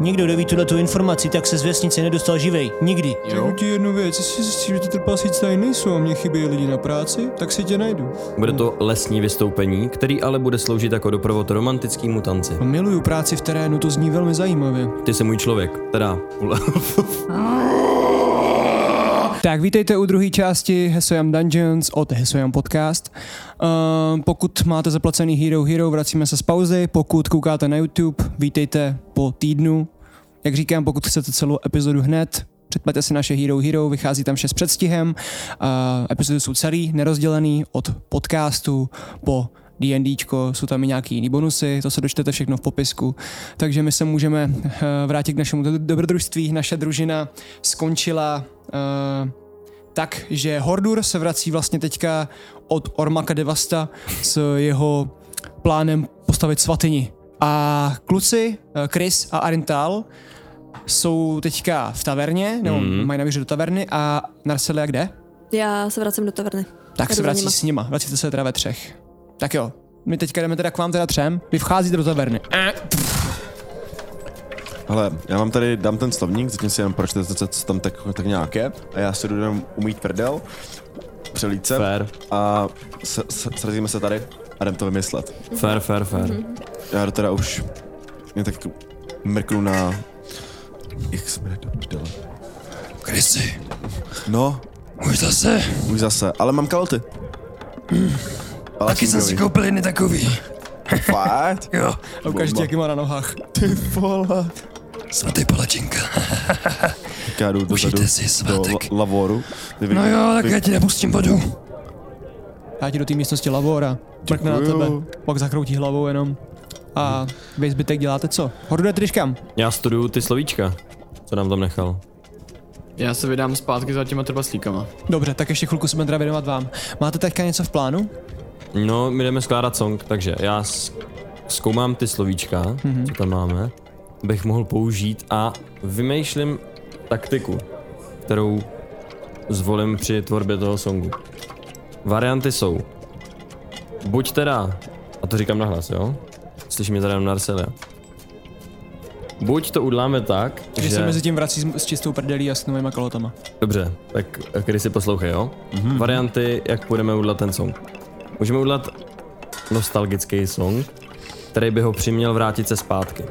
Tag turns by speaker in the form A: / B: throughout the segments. A: Někdo, kdo ví tuhle tu informaci, tak se z vesnice nedostal živej. Nikdy.
B: Řeknu ti jednu věc, jestli zjistíš, že ty trpasíci tady nejsou a mě chybějí lidi na práci, tak si tě najdu.
C: Bude to lesní vystoupení, který ale bude sloužit jako doprovod romantickému tanci.
B: A miluju práci v terénu, to zní velmi zajímavě.
C: Ty jsi můj člověk, teda.
B: Tak vítejte u druhé části Hesoyam Dungeons od Hesoyam Podcast. Ehm, pokud máte zaplacený Hero Hero, vracíme se z pauzy. Pokud koukáte na YouTube, vítejte po týdnu. Jak říkám, pokud chcete celou epizodu hned, předplaťte si naše Hero Hero, vychází tam 6 předstihem. Uh, epizody jsou celý, nerozdělený od podcastu po D&Dčko, jsou tam i nějaký jiný bonusy, to se dočtete všechno v popisku. Takže my se můžeme eh, vrátit k našemu do- dobrodružství. Naše družina skončila eh, tak, že Hordur se vrací vlastně teďka od Ormaka Devasta s jeho plánem postavit svatyni. A kluci, eh, Chris a Arintal, jsou teďka v taverně, nebo mm. mají navíře do taverny a Narcelia kde?
D: Já se vracím do taverny.
B: Tak
D: Jdu
B: se
D: za
B: vrací
D: nima.
B: s nima, vracíte se teda ve třech. Tak jo, my teďka jdeme teda k vám teda třem, vy vcházíte do taverny.
E: Hele, já vám tady dám ten slovník, zatím si jenom pročtete, co- co tam tak, tak nějak je. A já si jdu jenom umýt prdel, přelít se
C: Fair.
E: a se, se, srazíme se tady a jdem to vymyslet.
C: Fair, fair, fair.
E: Já jdu teda už mě tak mrknu na... Jak se jmenuje to prdele?
B: Krysy,
E: No,
B: už zase,
E: už zase, ale mám kalty. Ale koupil.
B: jedny takový.
E: Fakt?
B: Jo. A ukážu ti,
E: Bomba.
B: jaký má na nohách.
E: Ty vole.
B: Svatý palačinka.
E: Tak já jdu dozadu
F: si
E: do
F: svátek.
E: la- lavoru. Ty
F: No jo, tak já ti nepustím vodu.
B: Já ti do té místnosti Lavora, mrkne na
E: Děkuju.
B: tebe, pak zakroutí hlavou jenom. A vy zbytek děláte co? Horduje triškám.
C: Já studuju ty slovíčka, co nám tam nechal.
G: Já se vydám zpátky za těma trpaslíkama.
B: Dobře, tak ještě chvilku se budeme teda věnovat vám. Máte teďka něco v plánu?
C: No, my jdeme skládat song, takže já s- zkoumám ty slovíčka,
B: Mhm.
C: mm-hmm. co tam máme, bych mohl použít a vymýšlím taktiku, kterou zvolím při tvorbě toho songu. Varianty jsou buď teda, a to říkám nahlas, jo? Slyší mě tady jenom Narcelia. Buď to udláme tak,
B: Že se mezi tím vrací s, s čistou prdelí a s novýma kalotama.
C: Dobře, tak když si poslouchej, jo? Mm-hmm. Varianty, jak budeme udělat ten song. Můžeme udělat nostalgický song, který by ho přiměl vrátit se zpátky.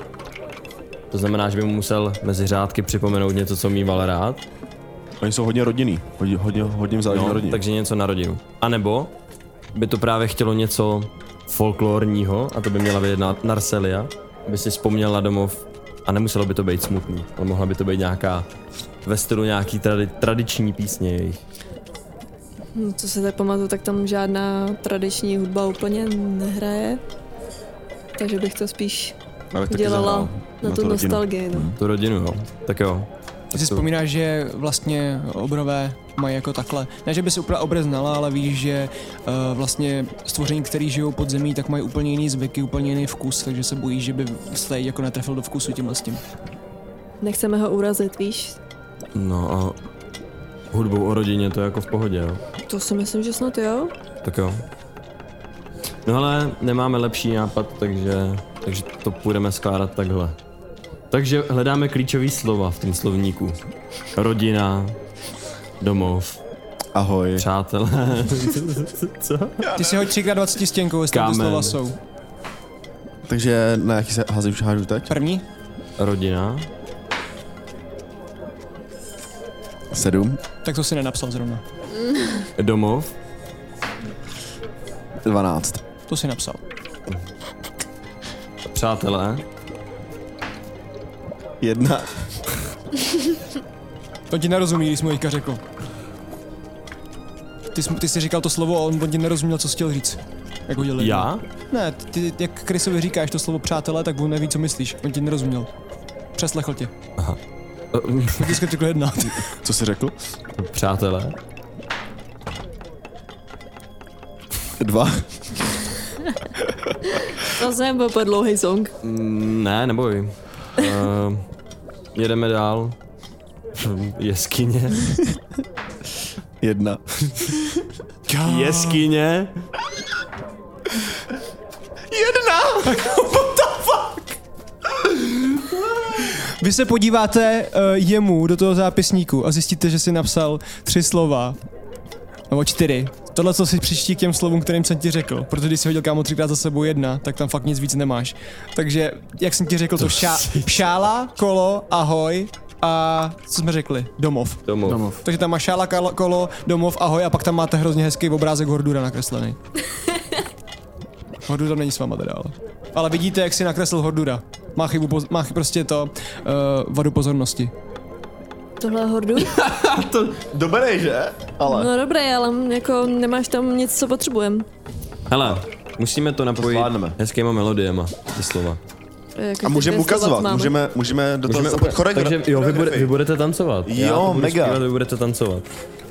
C: To znamená, že by mu musel mezi řádky připomenout něco, co mýval rád,
E: Oni jsou hodně rodinný, hodně, hodně, hodně jim záleží na rodině.
C: No, takže něco na rodinu. A nebo by to právě chtělo něco folklorního, a to by měla vyjednat Narcelia, aby si vzpomněla domov a nemuselo by to být smutný, ale mohla by to být nějaká ve stylu nějaký tradi- tradiční písně jejich.
D: Hm, Co se tak pamatuju, tak tam žádná tradiční hudba úplně nehraje. Takže bych to spíš
E: Abych taky
D: dělala
E: zahrál
D: na, tu
E: rodinu.
D: nostalgii. No.
C: Tu rodinu, jo. Tak jo.
B: Ty si vzpomínáš, že vlastně obrové mají jako takhle. Ne, že by si úplně obraz znala, ale víš, že uh, vlastně stvoření, který žijou pod zemí, tak mají úplně jiný zvyky, úplně jiný vkus, takže se bojí, že by Slay jako netrefil do vkusu tímhle s tím.
D: Nechceme ho urazit, víš?
C: No a hudbou o rodině to je jako v pohodě, jo.
D: To si myslím, že snad jo.
C: Tak jo. No ale nemáme lepší nápad, takže, takže to půjdeme skládat takhle. Takže hledáme klíčové slova v tom slovníku. Rodina, domov,
E: Ahoj.
C: přátelé. Co?
B: Ty si hoď 3x20 stěnkou, jestli tam ty
C: Kámen.
B: slova jsou.
E: Takže na jaký se hází už hážu teď?
B: První?
C: Rodina.
E: Sedm.
B: Tak to si nenapsal zrovna.
C: Domov.
E: Dvanáct.
B: To si napsal.
C: Přátelé.
E: Jedna.
B: On ti nerozumí, když jsi mu teďka řekl. Ty, jsi, mu- ty jsi říkal to slovo a on, on ti nerozuměl, co jsi chtěl říct. Jak ho dělali.
C: Já?
B: Ne, ty, jak Krysovi říkáš to slovo přátelé, tak on neví, co myslíš. On ti nerozuměl. Přeslechl tě. Vždycky řekl jedna.
E: Co jsi řekl?
C: Přátelé.
E: Dva.
D: To jsem byl po dlouhý song.
C: Mm, Ne, neboj. Uh, jedeme dál. Jeskyně.
E: Jedna.
C: Jeskyně.
B: Vy se podíváte uh, jemu do toho zápisníku a zjistíte, že si napsal tři slova. Nebo čtyři. Tohle, co si přičtí k těm slovům, kterým jsem ti řekl. Protože když si hodil kámo třikrát za sebou jedna, tak tam fakt nic víc nemáš. Takže, jak jsem ti řekl, to šá- šála, kolo, ahoj a co jsme řekli? Domov.
C: Domov.
G: Domov.
B: Takže tam má šála, kalo- kolo, domov, ahoj a pak tam máte hrozně hezký obrázek Hordura nakreslený. Hordur tam není s váma teda, ale. Ale vidíte, jak si nakreslil Hordura. Má chybu, poz- má chy- prostě to, uh, vadu pozornosti.
D: Tohle je hordu?
E: Dobrý, že? Ale.
D: No dobré, ale m- jako nemáš tam nic, co potřebujem.
C: Hele, musíme to napojit
E: zvládneme.
C: hezkýma melodiema, ty slova.
D: Jako
E: A můžeme
D: těch slova, co
E: ukazovat,
D: máme.
E: můžeme, můžeme do toho zapojit
C: takže jo, vy, bude, vy budete tancovat. Já
E: Jo,
C: to budu
E: mega.
C: Zpívat, vy budete tancovat.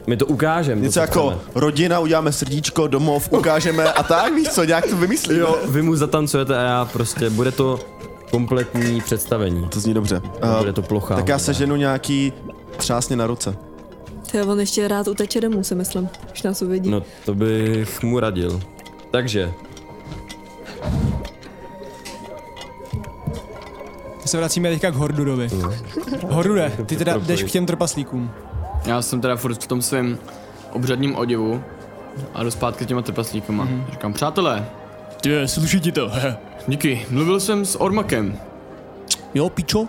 C: My to ukážeme.
E: Něco jako rodina, uděláme srdíčko, domov, ukážeme a tak, víš co, nějak to vymyslíme.
C: Jo, vy mu zatancujete a já prostě, bude to kompletní představení.
E: To zní dobře.
C: Uh,
E: Eh,
C: bude to plochá.
E: tak já
C: hudba.
E: seženu nějaký třásně na ruce.
D: Ty, on ještě rád uteče domů, si myslím, když nás uvidí.
C: No, to bych mu radil. Takže,
B: Se vracíme teďka k Hordurovi. Hordure, ty teda jdeš k těm trpaslíkům.
G: Já jsem teda furt v tom svém obřadním oděvu a jdu zpátky s těma trpaslíkama. Mm-hmm. Říkám, přátelé,
B: Ty, sluší ti to.
G: díky, mluvil jsem s Ormakem.
B: Jo, pičo?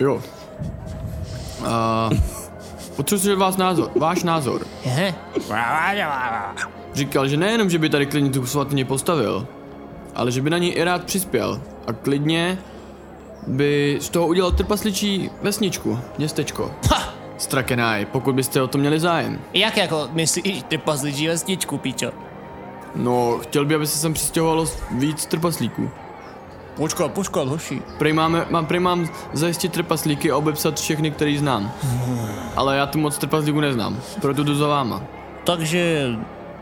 G: Jo. A potřebuji slyšet vás názor, váš názor. Říkal, že nejenom, že by tady klidně tu svatyně postavil, ale že by na ní i rád přispěl. A klidně by z toho udělal trpasličí vesničku, městečko.
A: Ha!
G: Strakenaj, pokud byste o to měli zájem.
A: Jak jako myslíš, ty pazličí vesničku, píčo?
G: No, chtěl by, aby se sem přistěhovalo víc trpaslíků.
A: Počkat, počkat, hoši.
G: Prej, máme, mám, prej mám zajistit trpaslíky a obepsat všechny, který znám. Ale já tu moc trpaslíků neznám, proto jdu za váma.
A: Takže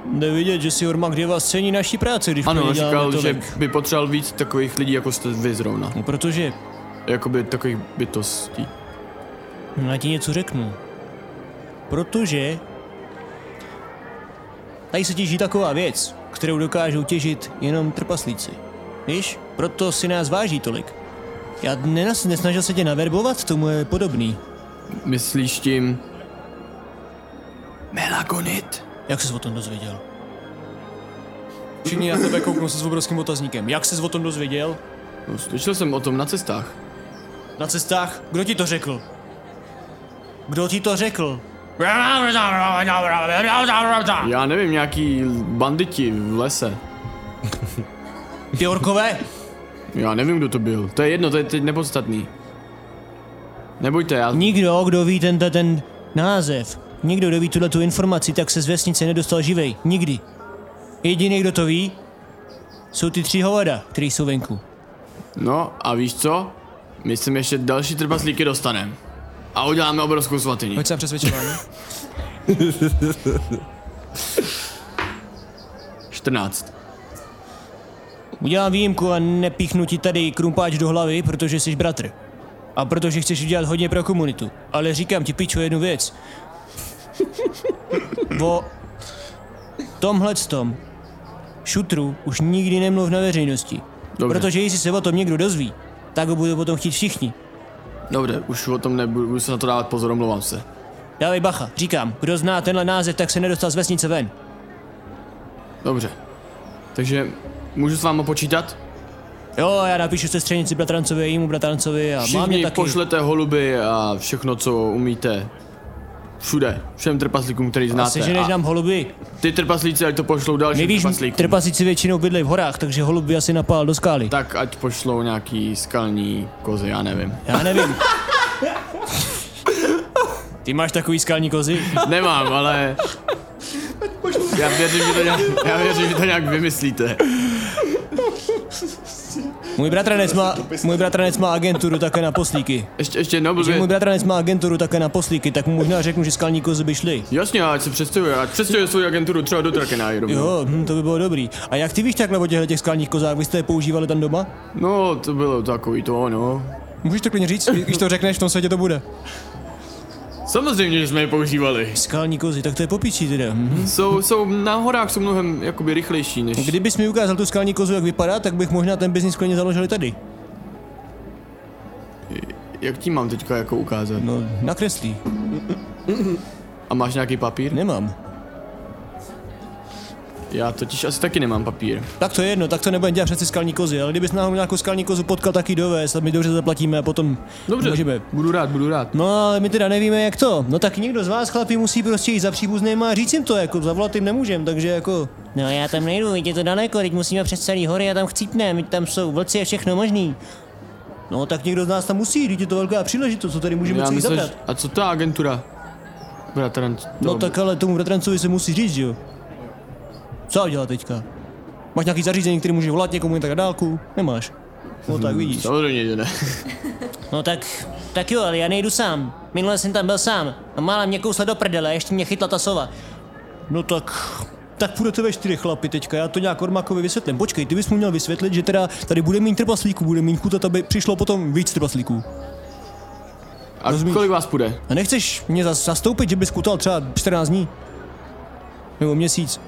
A: nevidět, že si Ormak Deva cení naší práci, když pro
G: Ano,
A: ní děláme
G: říkal,
A: tolik.
G: že by potřeboval víc takových lidí, jako jste vy zrovna.
A: No, Protože,
G: Jakoby takových bytostí.
A: No já ti něco řeknu. Protože tady se těží taková věc, kterou dokážou těžit jenom trpaslíci. Víš, proto si nás váží tolik. Já nenas, nesnažil se tě naverbovat, tomu je podobný.
G: Myslíš tím... Melagonit?
A: Jak jsi o tom dozvěděl?
B: Všichni na tebe kouknou se s obrovským otazníkem.
A: Jak jsi o tom dozvěděl?
G: No, slyšel jsem o tom na cestách.
A: Na cestách? Kdo ti to řekl? Kdo ti to řekl?
G: Já nevím, nějaký banditi v lese.
A: Ty orkové?
G: Já nevím, kdo to byl. To je jedno, to je teď nepodstatný. Nebojte, já...
A: Nikdo, kdo ví ten, ten, ten název, nikdo, kdo ví tuhle tu informaci, tak se z vesnice nedostal živej. Nikdy. Jediný, kdo to ví, jsou ty tři hovada, který jsou venku.
G: No a víš co? My sem ještě další trpaslíky dostaneme. A uděláme obrovskou svatyni.
B: Hoď se na přesvědčování.
G: 14.
A: Udělám výjimku a nepíchnu ti tady krumpáč do hlavy, protože jsi bratr. A protože chceš udělat hodně pro komunitu. Ale říkám ti, pičo, jednu věc. O tomhle tom šutru už nikdy nemluv na veřejnosti.
G: Dobře.
A: Protože jestli se o tom někdo dozví, tak ho budou potom chtít všichni.
G: Dobře, už o tom nebudu budu se na to dávat pozor, omlouvám se.
A: Dávej bacha, říkám, kdo zná tenhle název, tak se nedostal z vesnice ven.
G: Dobře. Takže můžu s váma počítat?
A: Jo, já napíšu sestřenici bratrancovi, jejímu bratrancovi a mám mě
G: Všichni
A: taky.
G: pošlete holuby a všechno, co umíte. Všude, všem trpaslíkům, který znáte.
A: Seženeš nám holuby.
G: ty trpaslíci, ať to pošlou dalším
A: Nevíš,
G: trpaslíkům.
A: trpasíci většinou bydlej v horách, takže holub by asi napál do skály.
G: Tak ať pošlou nějaký skalní kozy, já nevím.
A: Já nevím. Ty máš takový skalní kozy?
G: Nemám, ale... Já věřím, že to nějak, já věřím, že to nějak vymyslíte.
A: Můj bratranec má, můj bratranec má agenturu také na poslíky.
G: Ještě, ještě jednou
A: Že můj
G: blbě.
A: bratranec má agenturu také na poslíky, tak mu možná řeknu, že skalní kozy by šly.
G: Jasně, ať se přestěhuje, ať přestěhuje svou agenturu třeba do Trakenai rovnou.
A: Jo,
B: Hmm.
A: hm, to by bylo dobrý. A jak ty víš takhle o těchto těch skalních kozách? Vy jste je používali tam doma?
G: No, to bylo takový to, no.
B: Můžeš to klidně říct, když to řekneš, v tom světě to bude.
G: Samozřejmě, že jsme je používali.
A: Skalní kozy, tak to je popíčí teda. Mhm.
G: Jsou, jsou, na horách jsou mnohem jakoby rychlejší než...
A: Kdybys mi ukázal tu skalní kozu, jak vypadá, tak bych možná ten biznis klidně založil i tady.
G: jak tím mám teďka jako ukázat?
A: No, nakreslí.
G: A máš nějaký papír?
A: Nemám.
G: Já totiž asi taky nemám papír.
A: Tak to je jedno, tak to nebudeme dělat přeci skalní kozy, ale kdybys náhodou nějakou skalní kozu potkal, tak ji dovez a my dobře zaplatíme a potom
G: Dobře,
A: můžeme.
G: budu rád, budu rád.
A: No ale my teda nevíme jak to. No tak někdo z vás chlapí musí prostě jít za příbuznýma a říct jim to, jako zavolat jim nemůžem, takže jako... No já tam nejdu, je to daleko, teď musíme přes celý hory a tam chcípne, my tam jsou vlci a všechno možný. No tak někdo z nás tam musí, teď je to velká příležitost, co tady můžeme celý
G: myslel,
A: zabrat.
G: že- a co ta agentura? Bratranc.
A: No tak ale tomu bratrancovi se musí říct, že jo? Co dělat teďka? Máš nějaký zařízení, který může volat někomu jen tak na dálku? Nemáš. No tak vidíš.
G: Samozřejmě, že ne.
A: No tak, tak jo, ale já nejdu sám. Minule jsem tam byl sám a málem mě kousla do prdele, ještě mě chytla ta sova. No tak, tak půjdete ve čtyři chlapi teďka, já to nějak Ormákovi vysvětlím. Počkej, ty bys mu měl vysvětlit, že teda tady bude mít trpaslíků, bude mít chutat, aby přišlo potom víc trpaslíků.
G: A kolik vás půjde?
A: A nechceš mě zas- zastoupit, že bys kutal třeba 14 dní? Nebo měsíc?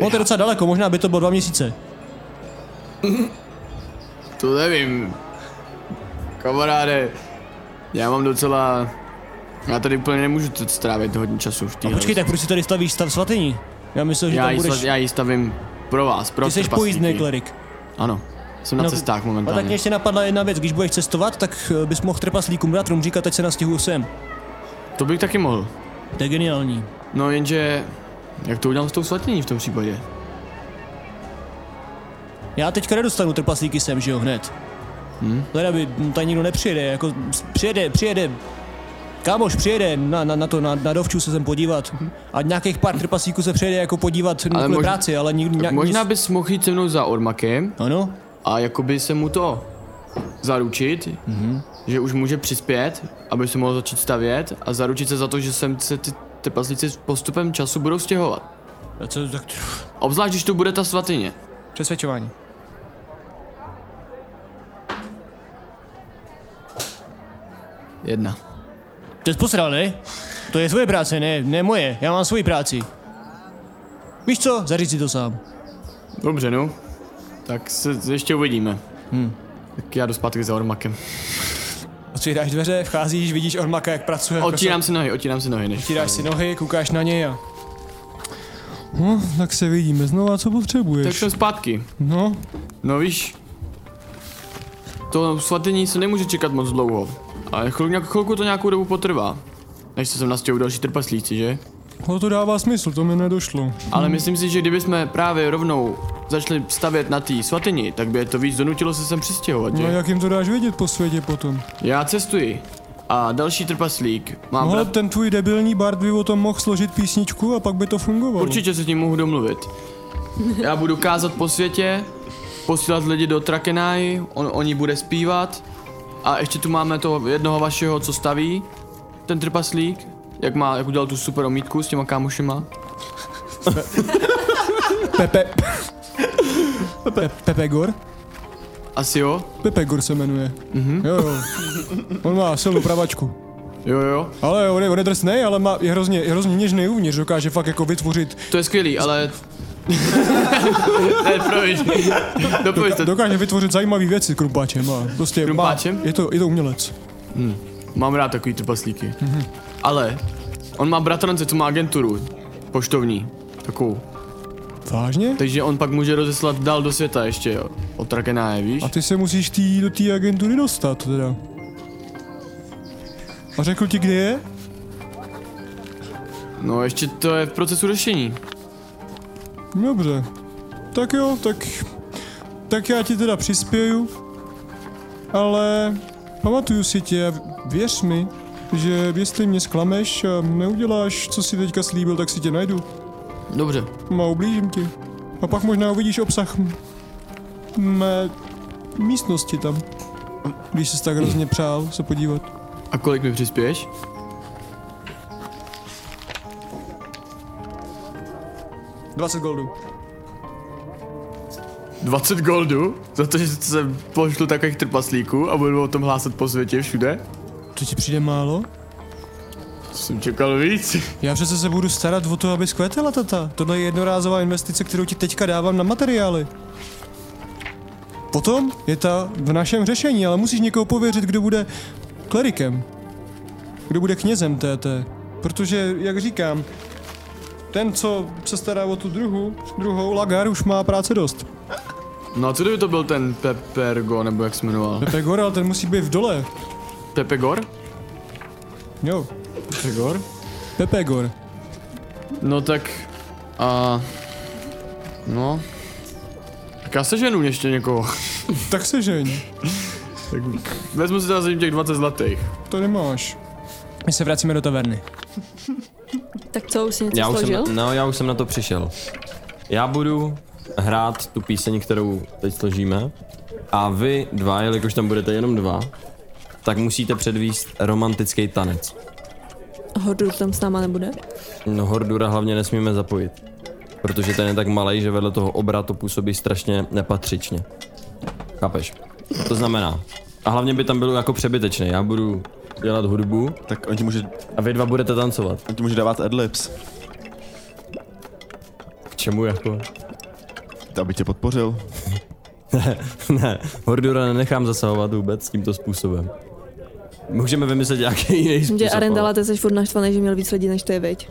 A: No to je docela daleko, možná by to bylo dva měsíce.
G: To nevím. Kamaráde, já mám docela... Já tady úplně nemůžu t- strávit hodně času v té
A: A počkej, tak proč si tady stavíš stav svatyni? Já myslel, že
G: já,
A: tam
G: ji
A: budeš...
G: sla- já ji stavím pro vás, pro
A: Ty jsi
G: trpaslíky.
A: pojízdný klerik.
G: Ano, jsem na
A: No,
G: cestách
A: A tak mě
G: momentálně.
A: ještě napadla jedna věc, když budeš cestovat, tak eh, bys mohl trpaslíkům bratrům říkat, ať se nastěhuju sem.
G: To bych taky mohl.
A: To je geniální.
G: No jenže, jak to udělám s tou svatyní v tom případě?
A: Já teďka nedostanu trpaslíky sem, že jo, hned. Hmm? Teda by hm, tady nikdo nepřijede, jako s- přijede, přijede. Kámoš přijede na, na, na to, na, na dovču se sem podívat. A nějakých pár trpaslíků se přijede jako podívat na
G: Ale
A: kvůli
G: možná-
A: práci, Hm? ale nikdo...
G: Tak
A: nějak-
G: možná
A: nic-
G: bys mohl jít se mnou za Ormakem
A: Ano?
G: a jakoby se mu to zaručit,
A: Mhm.
G: že už může přispět, aby se mohl začít stavět a zaručit se za to, že sem se ty trpaslíci s postupem času budou stěhovat.
A: A co, tak...
G: Obzvlášť, když tu bude ta svatyně.
B: Přesvědčování.
G: Jedna.
A: To je posral, ne? To je tvoje práce, ne, ne moje. Já mám svoji práci. Víš co? Zaříď si to sám.
G: Dobře, no. Tak se ještě uvidíme.
B: Hm.
G: Tak já jdu zpátky za Ormakem.
B: Otvíráš dveře, vcházíš, vidíš Ormaka, jak pracuje. jako
G: Otírám si nohy, otírám si nohy,
B: se-
G: než...
B: Otíráš si nohy, koukáš na něj a... No, tak se vidíme znova, co
G: Tak
B: potřebuješ.
G: jsem zpátky.
B: No,
G: No víš, to svatyní se nemůže čekat moc dlouho. Ale chvilku, nějak- chvilku to nějakou dobu potrvá. Než se sem nastěhují další trpaslíci, že?
B: no to dává smysl, to mi nedošlo.
G: Ale myslím si, že kdyby jsme právě rovnou začali stavět na té svatyni, tak by je to víc donutilo se sem přistěhovat,
B: No,
G: že?
B: jak jim to dáš vědět po světě potom?
G: Já cestuji. A další trpaslík má
B: No,
G: brat...
B: ten tvůj debilní Bard by o tom mohl složit písničku a pak by to fungovalo.
G: Určitě se s ním mohu domluvit. Já budu kázat po světě, posílat lidi do Trakenai, on o ní bude zpívat. A ještě tu máme toho jednoho vašeho, co staví, ten trpaslík, jak má, jak udělal tu super omítku s těma kámošema.
B: Pepe... Pepe. Pepe Gor?
G: Asi jo?
B: Pepe Gor se jmenuje.
G: Mhm.
B: Mm-hmm. Jo, jo. On má silnou pravačku.
G: Jo, jo.
B: Ale jo, on je, on je drsnej, ale má, je hrozně, je hrozně něžný uvnitř, dokáže fakt jako vytvořit,
G: To je skvělý, ale... ne, promiň. Dopovězte.
B: dokáže vytvořit zajímavé věci krumpáčem a prostě
G: Krumpáčem?
B: Má, je, to, je to umělec.
G: Mám rád takový trpaslíky. Ale on má bratrance, co má agenturu. Poštovní. Takovou.
B: Vážně?
G: Takže on pak může rozeslat dál do světa ještě, jo. Otrakená je, víš?
B: A ty se musíš tý, do té agentury dostat teda. A řekl ti, kde je?
G: No ještě to je v procesu řešení.
B: Dobře. Tak jo, tak... Tak já ti teda přispěju. Ale... Pamatuju si tě a věř mi, že jestli mě zklameš a neuděláš, co si teďka slíbil, tak si tě najdu.
G: Dobře.
B: A No, ublížím ti. A pak možná uvidíš obsah m- mé místnosti tam. Když jsi tak hrozně přál se podívat.
G: A kolik mi přispěješ?
B: Goldu.
G: 20 goldu? Za to, že se pošlu takových trpaslíků a budu o tom hlásat po světě všude?
B: To ti přijde málo?
G: Jsem čekal víc.
B: Já přece se budu starat o to, aby zkvétala tata. Tohle je jednorázová investice, kterou ti teďka dávám na materiály. Potom je ta v našem řešení, ale musíš někoho pověřit, kdo bude klerikem. Kdo bude knězem TT. Protože, jak říkám, ten, co se stará o tu druhu, druhou lagar, už má práce dost.
G: No a co kdyby to byl ten Pepergo, nebo jak se jmenoval?
B: Pepe Goral, ten musí být v dole.
G: Pepegor?
B: Jo,
G: Pepegor?
B: Pepe Gor.
G: No tak... A... No... Tak já seženu ještě někoho.
B: Tak se žeň,
G: Vezmu si teda zatím těch 20 zlatých.
B: to nemáš. My se vracíme do taverny.
D: Tak co, už si něco
C: Já už,
D: složil?
C: jsem, no, já už jsem na to přišel. Já budu hrát tu píseň, kterou teď složíme. A vy dva, jelikož tam budete jenom dva, tak musíte předvíst romantický tanec.
D: Hordur tam s náma nebude.
C: No Hordura hlavně nesmíme zapojit. Protože ten je tak malý, že vedle toho obratu působí strašně nepatřičně. Chápeš? To znamená. A hlavně by tam bylo jako přebytečný. Já budu dělat hudbu
E: Tak on ti může,
C: a vy dva budete tancovat.
E: on ti může dávat adlibs,
C: K čemu jako?
E: aby tě podpořil.
C: ne, Hordura nenechám zasahovat vůbec tímto způsobem. Můžeme vymyslet nějaký jiný způsob.
D: Že
C: ale
D: Arendala, ty jsi furt naštvaný, že měl víc lidí než ty, veď.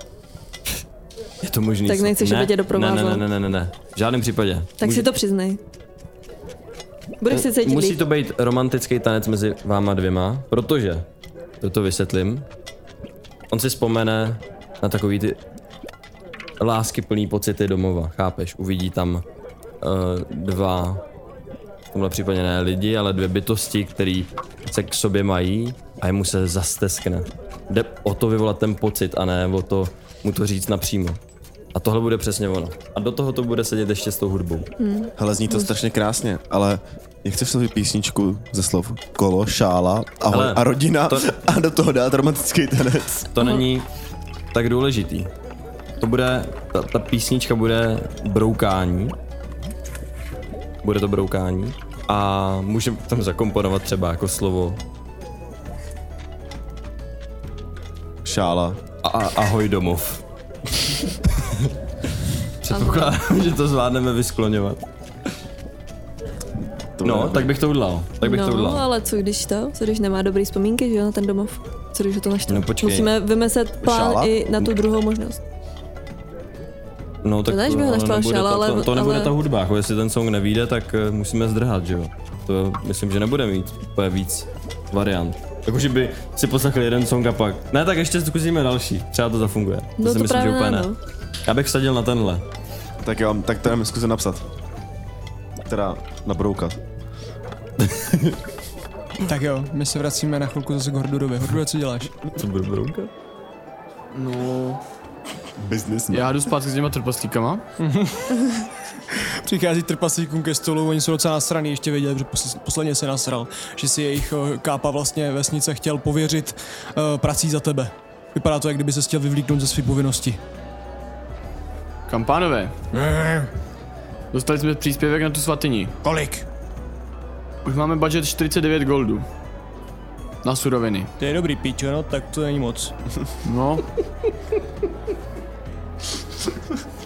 C: Je to možný.
D: Tak
C: snad.
D: nechceš, aby
C: Ne,
D: tě doprovázel.
C: Ne, ne, ne, ne, ne, ne. V žádném případě.
D: Tak si to přiznej. Budeš se cítit
C: Musí
D: líp.
C: to být romantický tanec mezi váma dvěma, protože, to to vysvětlím, on si vzpomene na takový ty lásky plný pocity domova, chápeš? Uvidí tam uh, dva, v tomhle případě ne lidi, ale dvě bytosti, který se k sobě mají a jemu se zasteskne. Jde o to vyvolat ten pocit a ne o to mu to říct napřímo. A tohle bude přesně ono. A do toho to bude sedět ještě s tou hudbou.
E: Hele, zní to strašně krásně, ale jak chceš složit písničku ze slov kolo, šála a,
C: Hele,
E: a rodina
C: to-
E: a do toho dát romantický tanec?
C: To není tak důležitý. To bude, ta, ta písnička bude broukání. Bude to broukání. A můžeme tam zakomponovat třeba jako slovo
E: Šála.
C: a, a, ahoj domov. Předpokládám, že to zvládneme vyskloňovat.
E: To
C: No,
E: bude-
C: tak bych to udělal. Tak bych
D: no,
C: to udělal.
D: ale co když to? Co když nemá dobrý vzpomínky, že jo, na ten domov? Co když ho to naštve?
C: No, počkej.
D: Musíme vymyslet plán
E: Šala?
D: i na tu druhou možnost.
C: No, tak
D: To než bych ho
C: ale
D: naštval
C: nebude
D: šel,
C: to,
D: ale-
C: to, to nebude
D: ale-
C: ta hudba. Jako jestli ten song nevíde, tak eh, musíme zdrhat, že jo. To myslím, že nebude mít úplně víc variant. Jakože by si poslechli jeden song a pak. Ne, tak ještě zkusíme další. Třeba to zafunguje.
D: No
C: si
D: to
C: myslím, že
D: právě
C: úplně
D: ne,
C: ne.
D: no.
C: Já bych sadil na tenhle.
E: Tak jo, tak to jdeme zkusit napsat. Teda nabroukat.
B: Tak jo, my se vracíme na chvilku zase k Hordurovi. Hordure, co děláš?
C: Co budu broukat?
G: No...
E: Business.
G: Já jdu zpátky s těma trpaslíkama.
B: Přichází trpaslíkům ke stolu, oni jsou docela nasraný, ještě věděli, že posl- posledně se nasral, že si jejich eh, kápa vlastně vesnice chtěl pověřit eh, prací za tebe. Vypadá to, jak kdyby se chtěl vyvlíknout ze své povinnosti.
G: Kampánové, dostali jsme příspěvek na tu svatyni.
B: Kolik?
G: Už máme budget 49 goldů. Na suroviny.
B: To je dobrý pičo, no, tak to není moc.
G: No,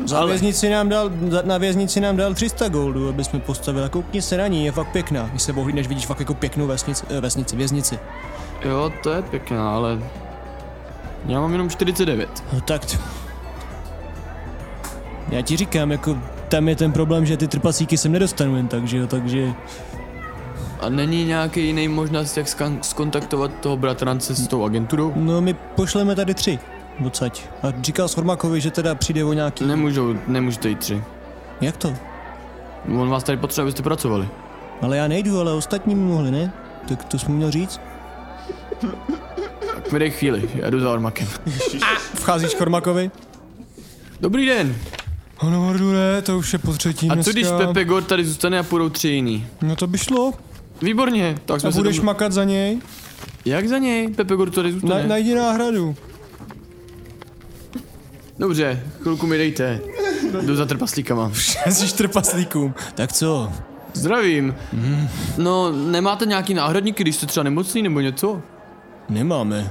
B: Za věznici nám dal, za, na věznici nám dal 300 goldů, aby jsme postavili. Koukni se na ní, je fakt pěkná. Když se bohlídneš, vidíš fakt jako pěknou vesnici, eh, vesnici věznici.
G: jo, to je pěkná, ale... Já mám jenom 49.
B: No tak... t- Já ti říkám, jako tam je ten problém, že ty trpasíky sem nedostanu jen tak, že jo, takže...
G: A není nějaký jiný možnost, jak skan- skontaktovat toho bratrance s tou agenturou?
B: No my pošleme tady tři, odsaď. A říkal Schormakovi, že teda přijde o nějaký...
G: Nemůžou, nemůžete jít tři.
B: Jak to?
G: On vás tady potřebuje, abyste pracovali.
B: Ale já nejdu, ale ostatní mi mohli, ne? Tak to jsi mu měl říct?
G: Tak mi dej chvíli, já jdu za Ormakem.
B: Vcházíš Chormakovi?
G: Dobrý den!
B: Ano, Hordure, to už je po třetí
G: A co když
B: dneska.
G: Pepe Gor tady zůstane a půjdou tři jiný?
B: No to by šlo.
G: Výborně, tak
B: A
G: jsme
B: budeš
G: se
B: makat za něj?
G: Jak za něj? Pepe Gor tady
B: Na,
G: zůstane?
B: najdi náhradu.
G: Dobře, chvilku mi dejte. Jdu za trpaslíkama.
B: Jsi trpaslíkům. Tak co?
G: Zdravím. No, nemáte nějaký náhradníky, když jste třeba nemocný nebo něco?
B: Nemáme.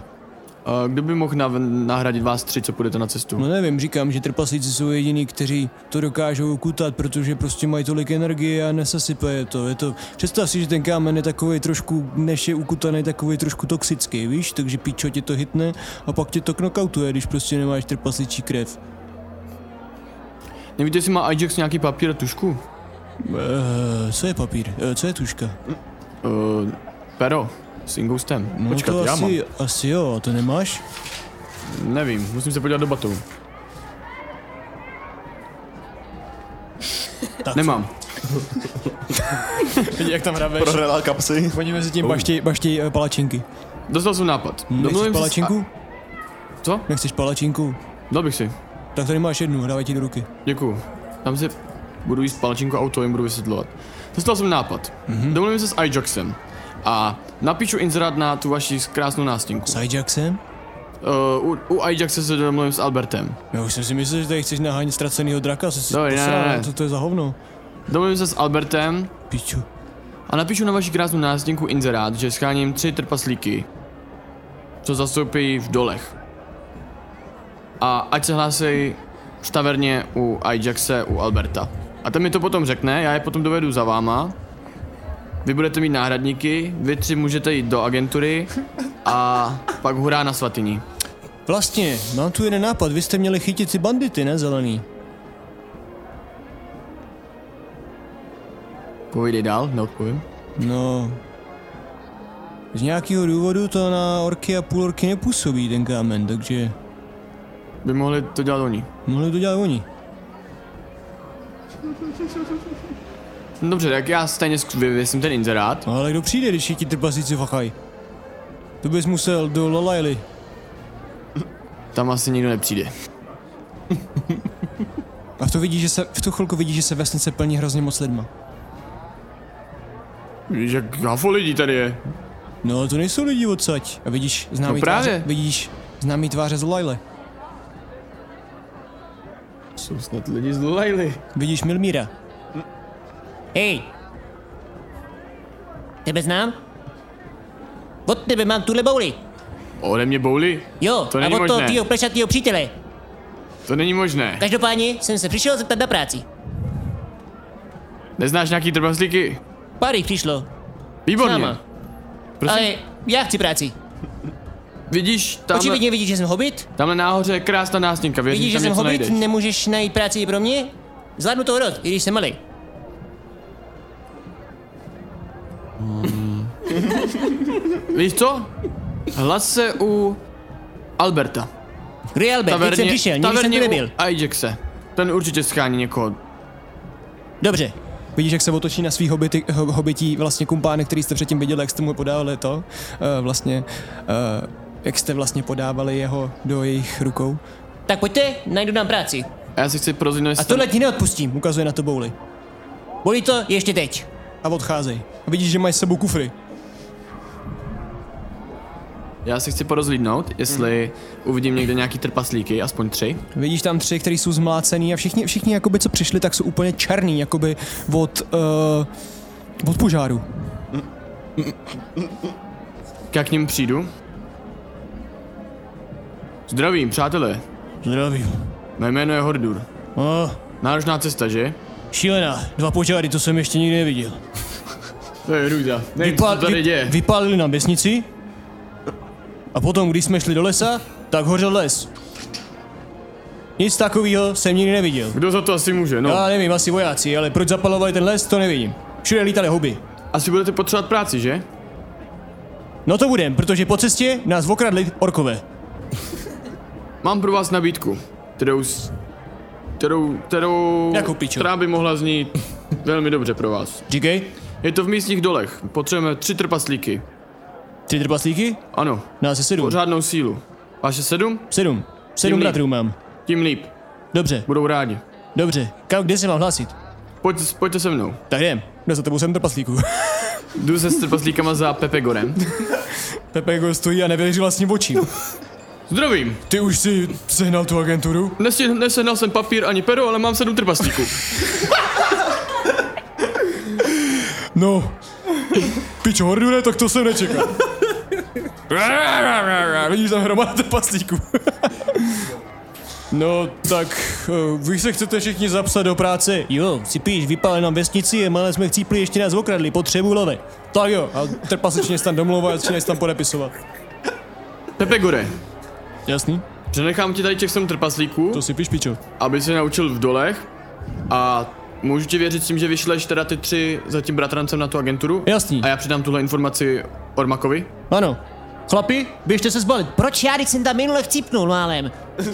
G: Eh, Kdo by mohl nav- nahradit vás tři, co půjdete na cestu?
B: No nevím, říkám, že trpaslíci jsou jediní, kteří to dokážou kutat, protože prostě mají tolik energie a nesesype je to. Je to... Představ si, že ten kámen je takový trošku, než je ukutaný, takový trošku toxický, víš? Takže píčo tě to hitne a pak tě to knockoutuje, když prostě nemáš trpasličí krev.
G: Nevíte, jestli má Ajax nějaký papír a tušku?
B: Eh, co je papír? Eh, co je tuška?
G: Eh, pero s ingoustem.
B: No
G: Počkat,
B: to
G: já
B: asi, asi jo, to nemáš?
G: mám. Nevím, musím se podívat do batohu.
B: Tak.
G: Nemám. Vidí, jak tam hrabeš.
E: Prohrál kapsy.
B: Oni mezi
G: Oh.
B: tím baštěj, baštěj eh, palačinky.
G: Dostal jsem nápad.
B: Nechceš
G: Domluvím se s-
B: palačinku?
G: A, co?
B: Nechceš palačinku?
G: Dal bych si.
B: Tak tady máš jednu, dávaj ti do ruky.
G: Děkuju. Tam si budu jíst palačinku auto, jim budu vysvětlovat. Dostal jsem nápad.
B: Mhm.
G: Mm-hmm. Domluvím se s iJoxem. A napíšu inzerát na tu vaši krásnou nástinku.
B: S Ajaxem?
G: Uh, u, u iJoxe se domluvím s Albertem.
B: Já No, už jsem si myslel, že tady chceš nahánět ztracenýho draka, co si
G: Dobrý, No, ne,
B: posral,
G: ne, ne.
B: co to je za hovno?
G: Domluvím se s Albertem
B: Piču.
G: a napíšu na vaši krásnou nástinku inzerát, že scháním tři trpaslíky, co zastoupí v dolech. A ať se hlásí v taverně u Ajaxe, u Alberta. A ten mi to potom řekne, já je potom dovedu za váma. Vy budete mít náhradníky, vy tři můžete jít do agentury a pak hurá na svatyni.
B: Vlastně, mám tu jeden nápad, vy jste měli chytit si bandity, ne zelený?
G: Povídej dál, neodpovím.
B: No, z nějakého důvodu to na orky a půlorky nepůsobí ten kámen, takže
G: By mohli to dělat oni.
B: mohli to dělat oni.
G: No Dobře, tak já stejně zku- vyvěsím ten inzerát.
B: No ale kdo přijde, když je ti trpasíci fachaj? To bys musel do Lalaily.
G: Tam asi nikdo nepřijde.
B: A v, to vidí, že se, v tu chvilku vidí, že se vesnice plní hrozně moc lidma.
G: Víš, jak hafo lidí tady je.
B: No ale to nejsou lidi odsaď. A vidíš známý
G: No právě.
B: tváře, vidíš známý tváře z Lalaily.
G: Jsou snad lidi z Lulajly.
B: Vidíš Milmíra.
A: Hej! Tebe znám? Od tebe mám tuhle bouli.
G: Ode mě bouli?
A: Jo,
G: To
A: a
G: není
A: od toho
G: možné.
A: tvýho plešatýho přítele.
G: To není možné.
A: Každopádně jsem se přišel zeptat na práci.
G: Neznáš nějaký trpaslíky?
A: Pár jich přišlo, s
G: Výborně.
A: náma.
G: Prosím,
A: Ale já chci práci.
G: vidíš, tamhle,
A: Očividně vidíš, že jsem hobit.
G: tamhle nahoře je krásná nástěnka, věřím,
A: Vidíš, že
G: tam
A: jsem
G: něco
A: hobit,
G: najdeš.
A: nemůžeš najít práci i pro mě? Zvládnu to rod, i když jsem malý.
G: Víš co? Hlas se u Alberta.
A: Realbe, teď jsem přišel, nikdy jsem tu
G: taverně
A: nebyl.
G: u Ajaxe. Ten určitě schání někoho.
A: Dobře,
B: Vidíš, jak se otočí na svý hobity, ho- hobití vlastně kumpány, který jste předtím viděl, jak jste mu podávali to, uh, vlastně, uh, jak jste vlastně podávali jeho do jejich rukou.
A: tak pojďte, najdu nám práci.
G: A já si chci prozit,
A: A
G: jestli
A: tohle ti neodpustím.
B: Ukazuje na to bouli.
A: Bolí to ještě teď.
B: A odcházejí. A vidíš, že mají s sebou kufry.
G: já si chci porozlídnout, jestli uvidím někde nějaký trpaslíky, aspoň tři.
B: Vidíš tam tři, kteří jsou zmlácený a všichni, všichni jakoby, co přišli, tak jsou úplně černý, jakoby od, uh, od požáru.
G: Já k ním přijdu. Zdravím, přátelé.
B: Zdravím.
G: Mé jméno je Hordur.
B: Oh,
G: Náročná cesta, že?
B: šílená. Dva požáry, to jsem ještě nikdy neviděl.
G: To je hrůza. Nevím, co tady děje.
B: vypálili nám vesnici a potom, když jsme šli do lesa, tak hořel les. Nic takového jsem nikdy neviděl.
G: Kdo za to asi může, no?
B: Já nevím, asi vojáci, ale proč zapalovali ten les, to nevím. Všude lítaly huby.
G: Asi budete potřebovat práci, že?
B: No to budem, protože po cestě nás okradli orkové.
G: Mám pro vás nabídku, kterou... s- Kterou, kterou,
B: Jako pičo.
G: která by mohla znít velmi dobře pro vás.
B: Říkej,
G: Je to v místních dolech. Potřebujeme tři trpaslíky.
B: ty trpaslíky?
G: Ano,
B: Nás je sedm.
G: pořádnou sílu. Vaše sedm?
B: Sedm. Sedm
G: Jemný.
B: bratrů mám.
G: Tím líp.
B: Dobře,
G: Budou rádi.
B: dobře. Kam, kde se mám hlásit?
G: Pojď, pojďte se mnou.
B: Tak jdem. Jdu za tebou jsem trpaslíků.
G: Jdu se s trpaslíkama za Pepegorem.
B: Pepe jako stojí a nevěří vlastním očím.
G: Zdravím.
B: Ty už si sehnal tu agenturu?
G: Nesi- Nesehnal jsem papír ani pero, ale mám sedm trpaslíků.
B: No. Pičo, Hordure, tak to jsem nečekal. Vidíš tam hromadu paslíků. No, tak eh, vy se chcete všichni zapsat do práce.
A: Jo, si píš, vypále nám vesnici, a malé jsme chcípli, ještě nás okradli, potřebu love.
B: Tak jo, a trpasečně se tam domlouvat a začínají se tam podepisovat.
G: Pepe Gore,
B: Jasný?
G: přenechám ti tady těch sem trpaslíků,
B: To si píš, pičo.
G: aby se naučil v dolech a můžu ti věřit s tím, že vyšleš teda ty tři za tím bratrancem na tu agenturu?
B: Jasný.
G: A já předám tuhle informaci Ormakovi.
A: Ano. Chlapi, běžte se zbalit.
H: Proč já, když jsem tam minule chcípnul málem?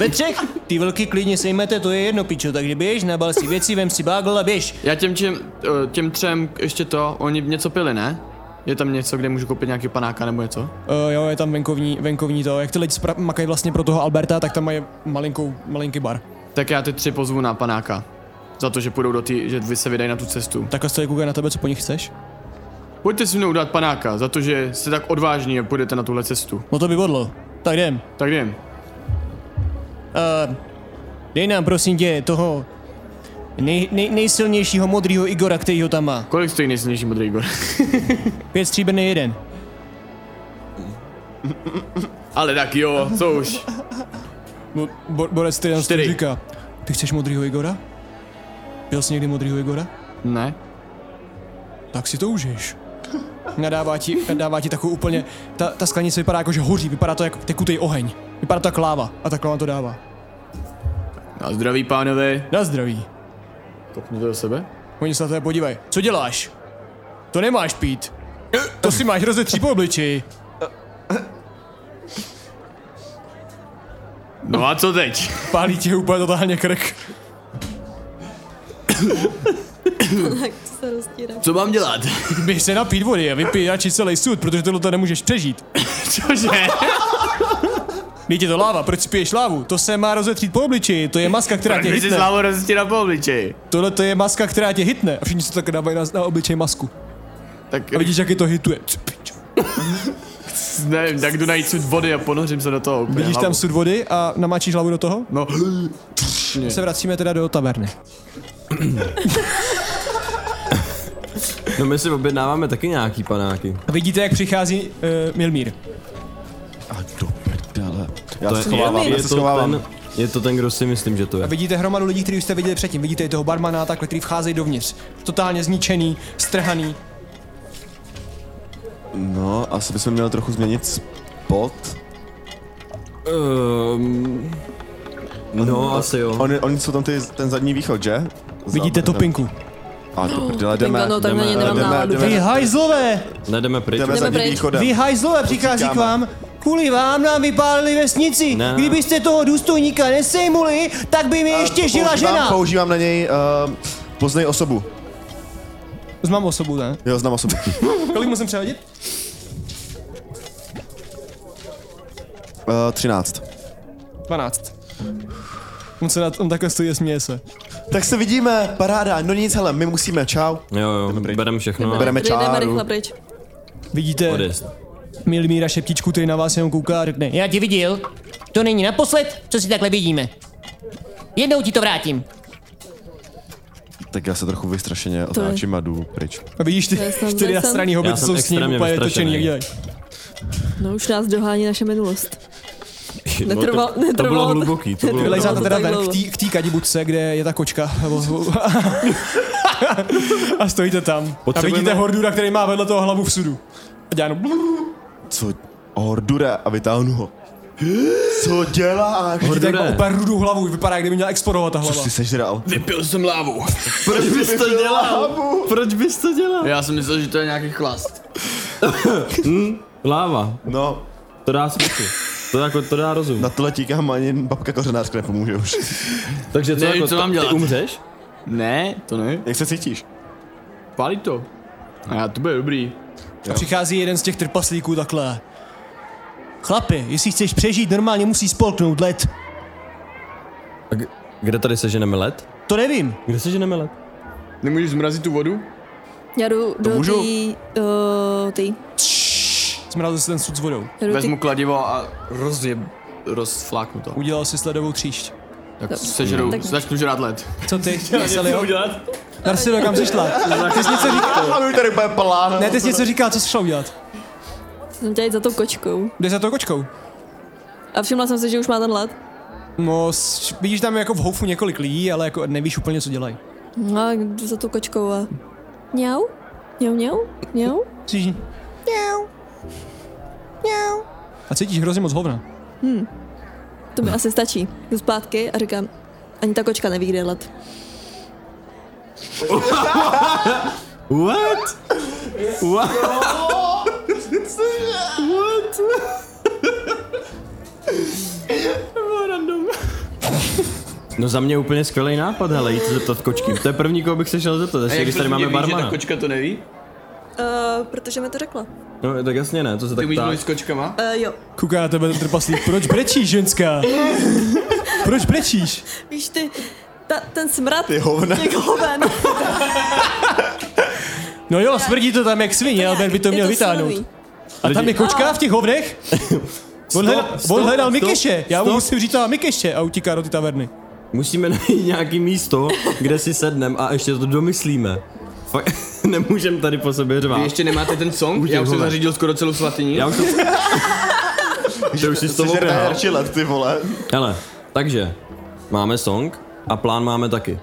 A: Ve třech? Ty velký klidně sejmete, to je jedno pičo, takže běž, nabal si věci, vem si bágl a běž.
G: Já těm, těm, eh, těm třem ještě to, oni něco pili, ne? Je tam něco, kde můžu koupit nějaký panáka nebo něco?
B: Uh, jo, je tam venkovní, venkovní to. Jak ty lidi spra- makají vlastně pro toho Alberta, tak tam mají malinkou, malinký bar.
G: Tak já ty tři pozvu na panáka. Za to, že půjdou do té, že vy se vydají na tu cestu.
B: Takhle stojí koukají na tebe, co po nich chceš?
G: Pojďte si mnou dát panáka, za to, že jste tak odvážní a půjdete na tuhle cestu.
A: No to by bodlo. Tak jdem.
G: Tak jdem.
A: Uh, dej nám prosím tě toho nej, nej, nejsilnějšího modrýho Igora, který ho tam má.
G: Kolik stojí nejsilnější modrý Igor?
A: Pět stříbrný jeden.
G: Ale tak jo, co už.
B: Bo- Bo- Borec ty jenom
G: Čtyři.
B: říká. Ty chceš modrýho Igora? Byl jsi někdy modrýho Igora?
G: Ne?
B: Tak si to užiješ. Nadává ti, nadává ti takovou úplně, ta, ta sklenice vypadá jako, že hoří, vypadá to jak tekutý oheň. Vypadá to jak láva a takhle vám to dává.
G: Na zdraví, pánové.
B: Na zdraví.
G: Kopni to do sebe.
B: Oni se na tebe podívají. Co děláš? To nemáš pít. To si máš rozetří po obličeji.
G: No a co teď?
B: Pálí ti úplně totálně krk.
D: Tak to se roztírá.
G: Co mám dělat?
B: Běž se napít vody a vypij radši celý sud, protože tohle to nemůžeš přežít.
G: Cože?
B: Teď je to láva, proč si piješ lávu? To se má rozetřít po obličeji, to je maska, která tě
G: Vy si
B: hitne.
G: slávo rozstírá po obličeji.
B: Tohle to je maska, která tě hitne. A všichni se tak dávají na, na obličej masku.
G: Tak
B: A vidíš, jak je to hituje. Cs, pičo.
G: nevím, tak jdu najít sud vody a ponořím se do toho. Úplně
B: Vidíš tam
G: hlavou.
B: sud vody a namáčíš hlavu do toho?
G: No,
B: Se vracíme teda do taverny.
C: No my si objednáváme taky nějaký panáky.
B: A vidíte, jak přichází uh, Milmír.
E: A do prdele. Já se
C: je,
E: schovávám, já
C: je,
E: se
C: to ten,
E: schovávám.
C: je to ten, kdo si myslím, že to
B: A
C: je.
B: vidíte hromadu lidí, kteří už jste viděli předtím. Vidíte i toho barmana a takhle, který vcházejí dovnitř. Totálně zničený, strhaný.
E: No, asi bychom měli trochu změnit spot.
C: Um, no, asi jo.
E: Oni, oni jsou tam ty, ten zadní východ, že? Za-
B: Vidíte topinku.
E: A do prdele, jdeme,
D: Topinka, no, tak na
E: jdeme,
D: ně nemám
E: jdeme,
D: náladu.
A: Vy
E: jdeme,
A: hajzlové!
C: Nejdeme pryč.
E: jdeme zadním
D: pryč.
E: východem.
A: Vy hajzlové přichází k
E: Utíkáme.
A: vám. Kvůli vám nám vypálili vesnici.
C: Ne, ne, ne.
A: Kdybyste toho důstojníka nesejmuli, tak by mi ještě žila
E: používám,
A: žena.
E: Používám na něj uh, poznej osobu.
B: Znám osobu, ne?
E: Jo, znám osobu.
B: Kolik musím přehodit?
E: Uh, 13.
B: 12. On, se na, on takhle stojí a směje se.
E: Tak se vidíme, paráda. No nic, hele, my musíme, čau.
C: Jo, jo,
E: pryč.
C: bereme všechno. a
E: Bereme
D: Jdeme
E: čáru.
D: rychle pryč.
B: Vidíte
C: Odjezd.
B: Milmíra Šeptičku, který na vás jenom kouká a řekne.
H: Já tě viděl. To není naposled, co si takhle vidíme. Jednou ti to vrátím.
E: Tak já se trochu vystrašeně otáčím a jdu pryč.
B: A vidíš ty
D: Já jsem-
B: čtyři
D: já jsem-
B: nasraný
C: Já
B: hobit,
C: jsem
B: jsou s ním
C: extrémně
B: úplně točený,
C: vystrašený.
B: jak dělají.
D: No už nás dohání naše minulost.
C: No,
D: Netrval-
C: to, to bylo
D: netrvalo to-
C: hluboký. To bylo
B: Vylejzáte teda
D: tak
B: ven
D: dlouho.
B: k tý- k té kadibudce, kde je ta kočka. a stojíte tam. A
C: Potřebujeme-
B: vidíte Hordura, který má vedle toho hlavu v sudu. A dělá jenom...
E: Co? Hordure a vytáhnu ho. Co děláš?
B: Vidíte, jak má
C: Hordure.
B: úplně rudou hlavu, vypadá, kdyby měla explodovat ta
E: Co
B: hlava.
E: jsi sežral?
G: vypil jsem lávu.
C: Proč bys to dělal? Proč bys to dělal?
G: Já jsem myslel, že to je nějaký chlast.
C: Láva.
E: No,
C: Hm? To dá smysl. To, jako, to dá rozum.
E: na tohle tíkám ani babka kořenářka nepomůže už.
C: Takže co,
G: Nevím,
C: jako,
G: co mám
C: ty
G: dělat.
C: umřeš?
G: Ne, to ne.
E: Jak se cítíš?
G: Pálí to. A já, to bude dobrý.
B: A přichází jeden z těch trpaslíků takhle.
A: Chlapi, jestli chceš přežít, normálně musí spolknout let.
C: A k- kde tady seženeme led?
A: To nevím.
C: Kde seženeme led?
G: Nemůžeš zmrazit tu vodu?
D: Já jdu do
E: můžu?
D: tý, uh, tý.
B: Smrál zase ten sud s vodou.
D: Já jdu
G: Vezmu
D: tý,
G: kladivo a rozjeb, rozfláknu to.
B: Udělal si sledovou tříšť.
G: Tak sežeru,
D: Tak-
G: začnu žrát led.
B: Co ty? Marsilio? Marsilio, kam jsi šla? Ty jsi něco říkal.
E: A my no tady bude plán.
B: Ne, ty jsi něco říkal, co jsi šla udělat?
D: Jsem tě jít za tou kočkou.
B: Jdeš za tou kočkou.
D: A všimla jsem si, že už má ten lad.
B: No, s- vidíš tam jako v houfu několik lidí, ale jako nevíš úplně, co dělají.
D: No a jdu za tou kočkou a... Mňau? Mňau, mňau? Mňau?
B: Cítíš? Mňau. Mňau. A cítíš hrozně moc hovna.
D: To mi asi stačí. Jdu zpátky a říkám, ani ta kočka neví, kde je lad.
C: What? What? No za mě úplně skvělý nápad, hele, jít se zeptat kočky. To je první, koho bych se šel zeptat,
G: A
C: jestli
G: jak
C: když
G: to
C: tady máme
G: víš, že ta
C: barmana.
G: kočka to neví?
D: Uh, protože mi to řekla.
C: No tak jasně ne, to se
G: Ty
C: tak
G: umíš mluvit
C: tak.
G: s kočkama?
D: Uh, jo.
B: Kouká na tebe ten trpaslík. Proč brečíš, ženská? Proč brečíš?
D: Víš ty, ta, ten smrad
E: Ty hovna.
D: těch hoven.
B: No jo, smrdí to tam jak svině, ale ten by to měl vytáhnout.
D: silový.
B: A tam je kočka v těch hovnech? On hledal,
C: stop,
B: on hledal
C: stop,
B: Mikeše, já mu
C: stop.
B: musím říct, že Mikeše a utíká do ty taverny.
C: Musíme najít nějaký místo, kde si sednem a ještě to domyslíme. Fakt, nemůžem tady po sobě
G: Vy
C: řvát.
G: ještě nemáte ten song? Já už jsem
C: vole.
G: zařídil skoro celou svatyni.
C: Já už to... to už si s tobou
E: Sežer
C: běhal.
E: nejradši let, ty vole.
C: Hele, takže máme song a plán máme taky.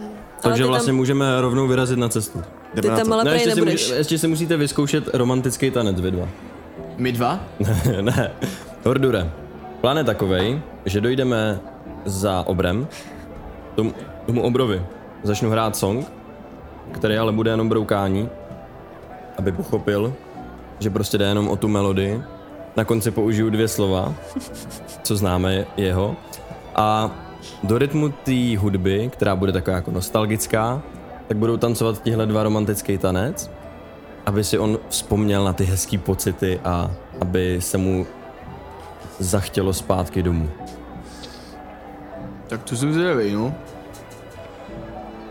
D: Ale ty
C: Takže
D: tam-
C: vlastně můžeme rovnou vyrazit na cestu.
D: Ty tam ale prej
C: ještě si,
D: nebudeš.
C: může, ještě si musíte vyzkoušet romantický tanec vy dva.
G: My dva?
C: ne, Hordure. Plán je takovej, že dojdeme za obrem, tomu, tomu obrovi. Začnu hrát song, který ale bude jenom broukání, aby pochopil, že prostě jde jenom o tu melodii. Na konci použiju dvě slova, co známe je- jeho. A do rytmu té hudby, která bude taková jako nostalgická, tak budou tancovat tihle dva romantický tanec aby si on vzpomněl na ty hezký pocity a aby se mu zachtělo zpátky domů.
G: Tak to jsem zvědavý, no.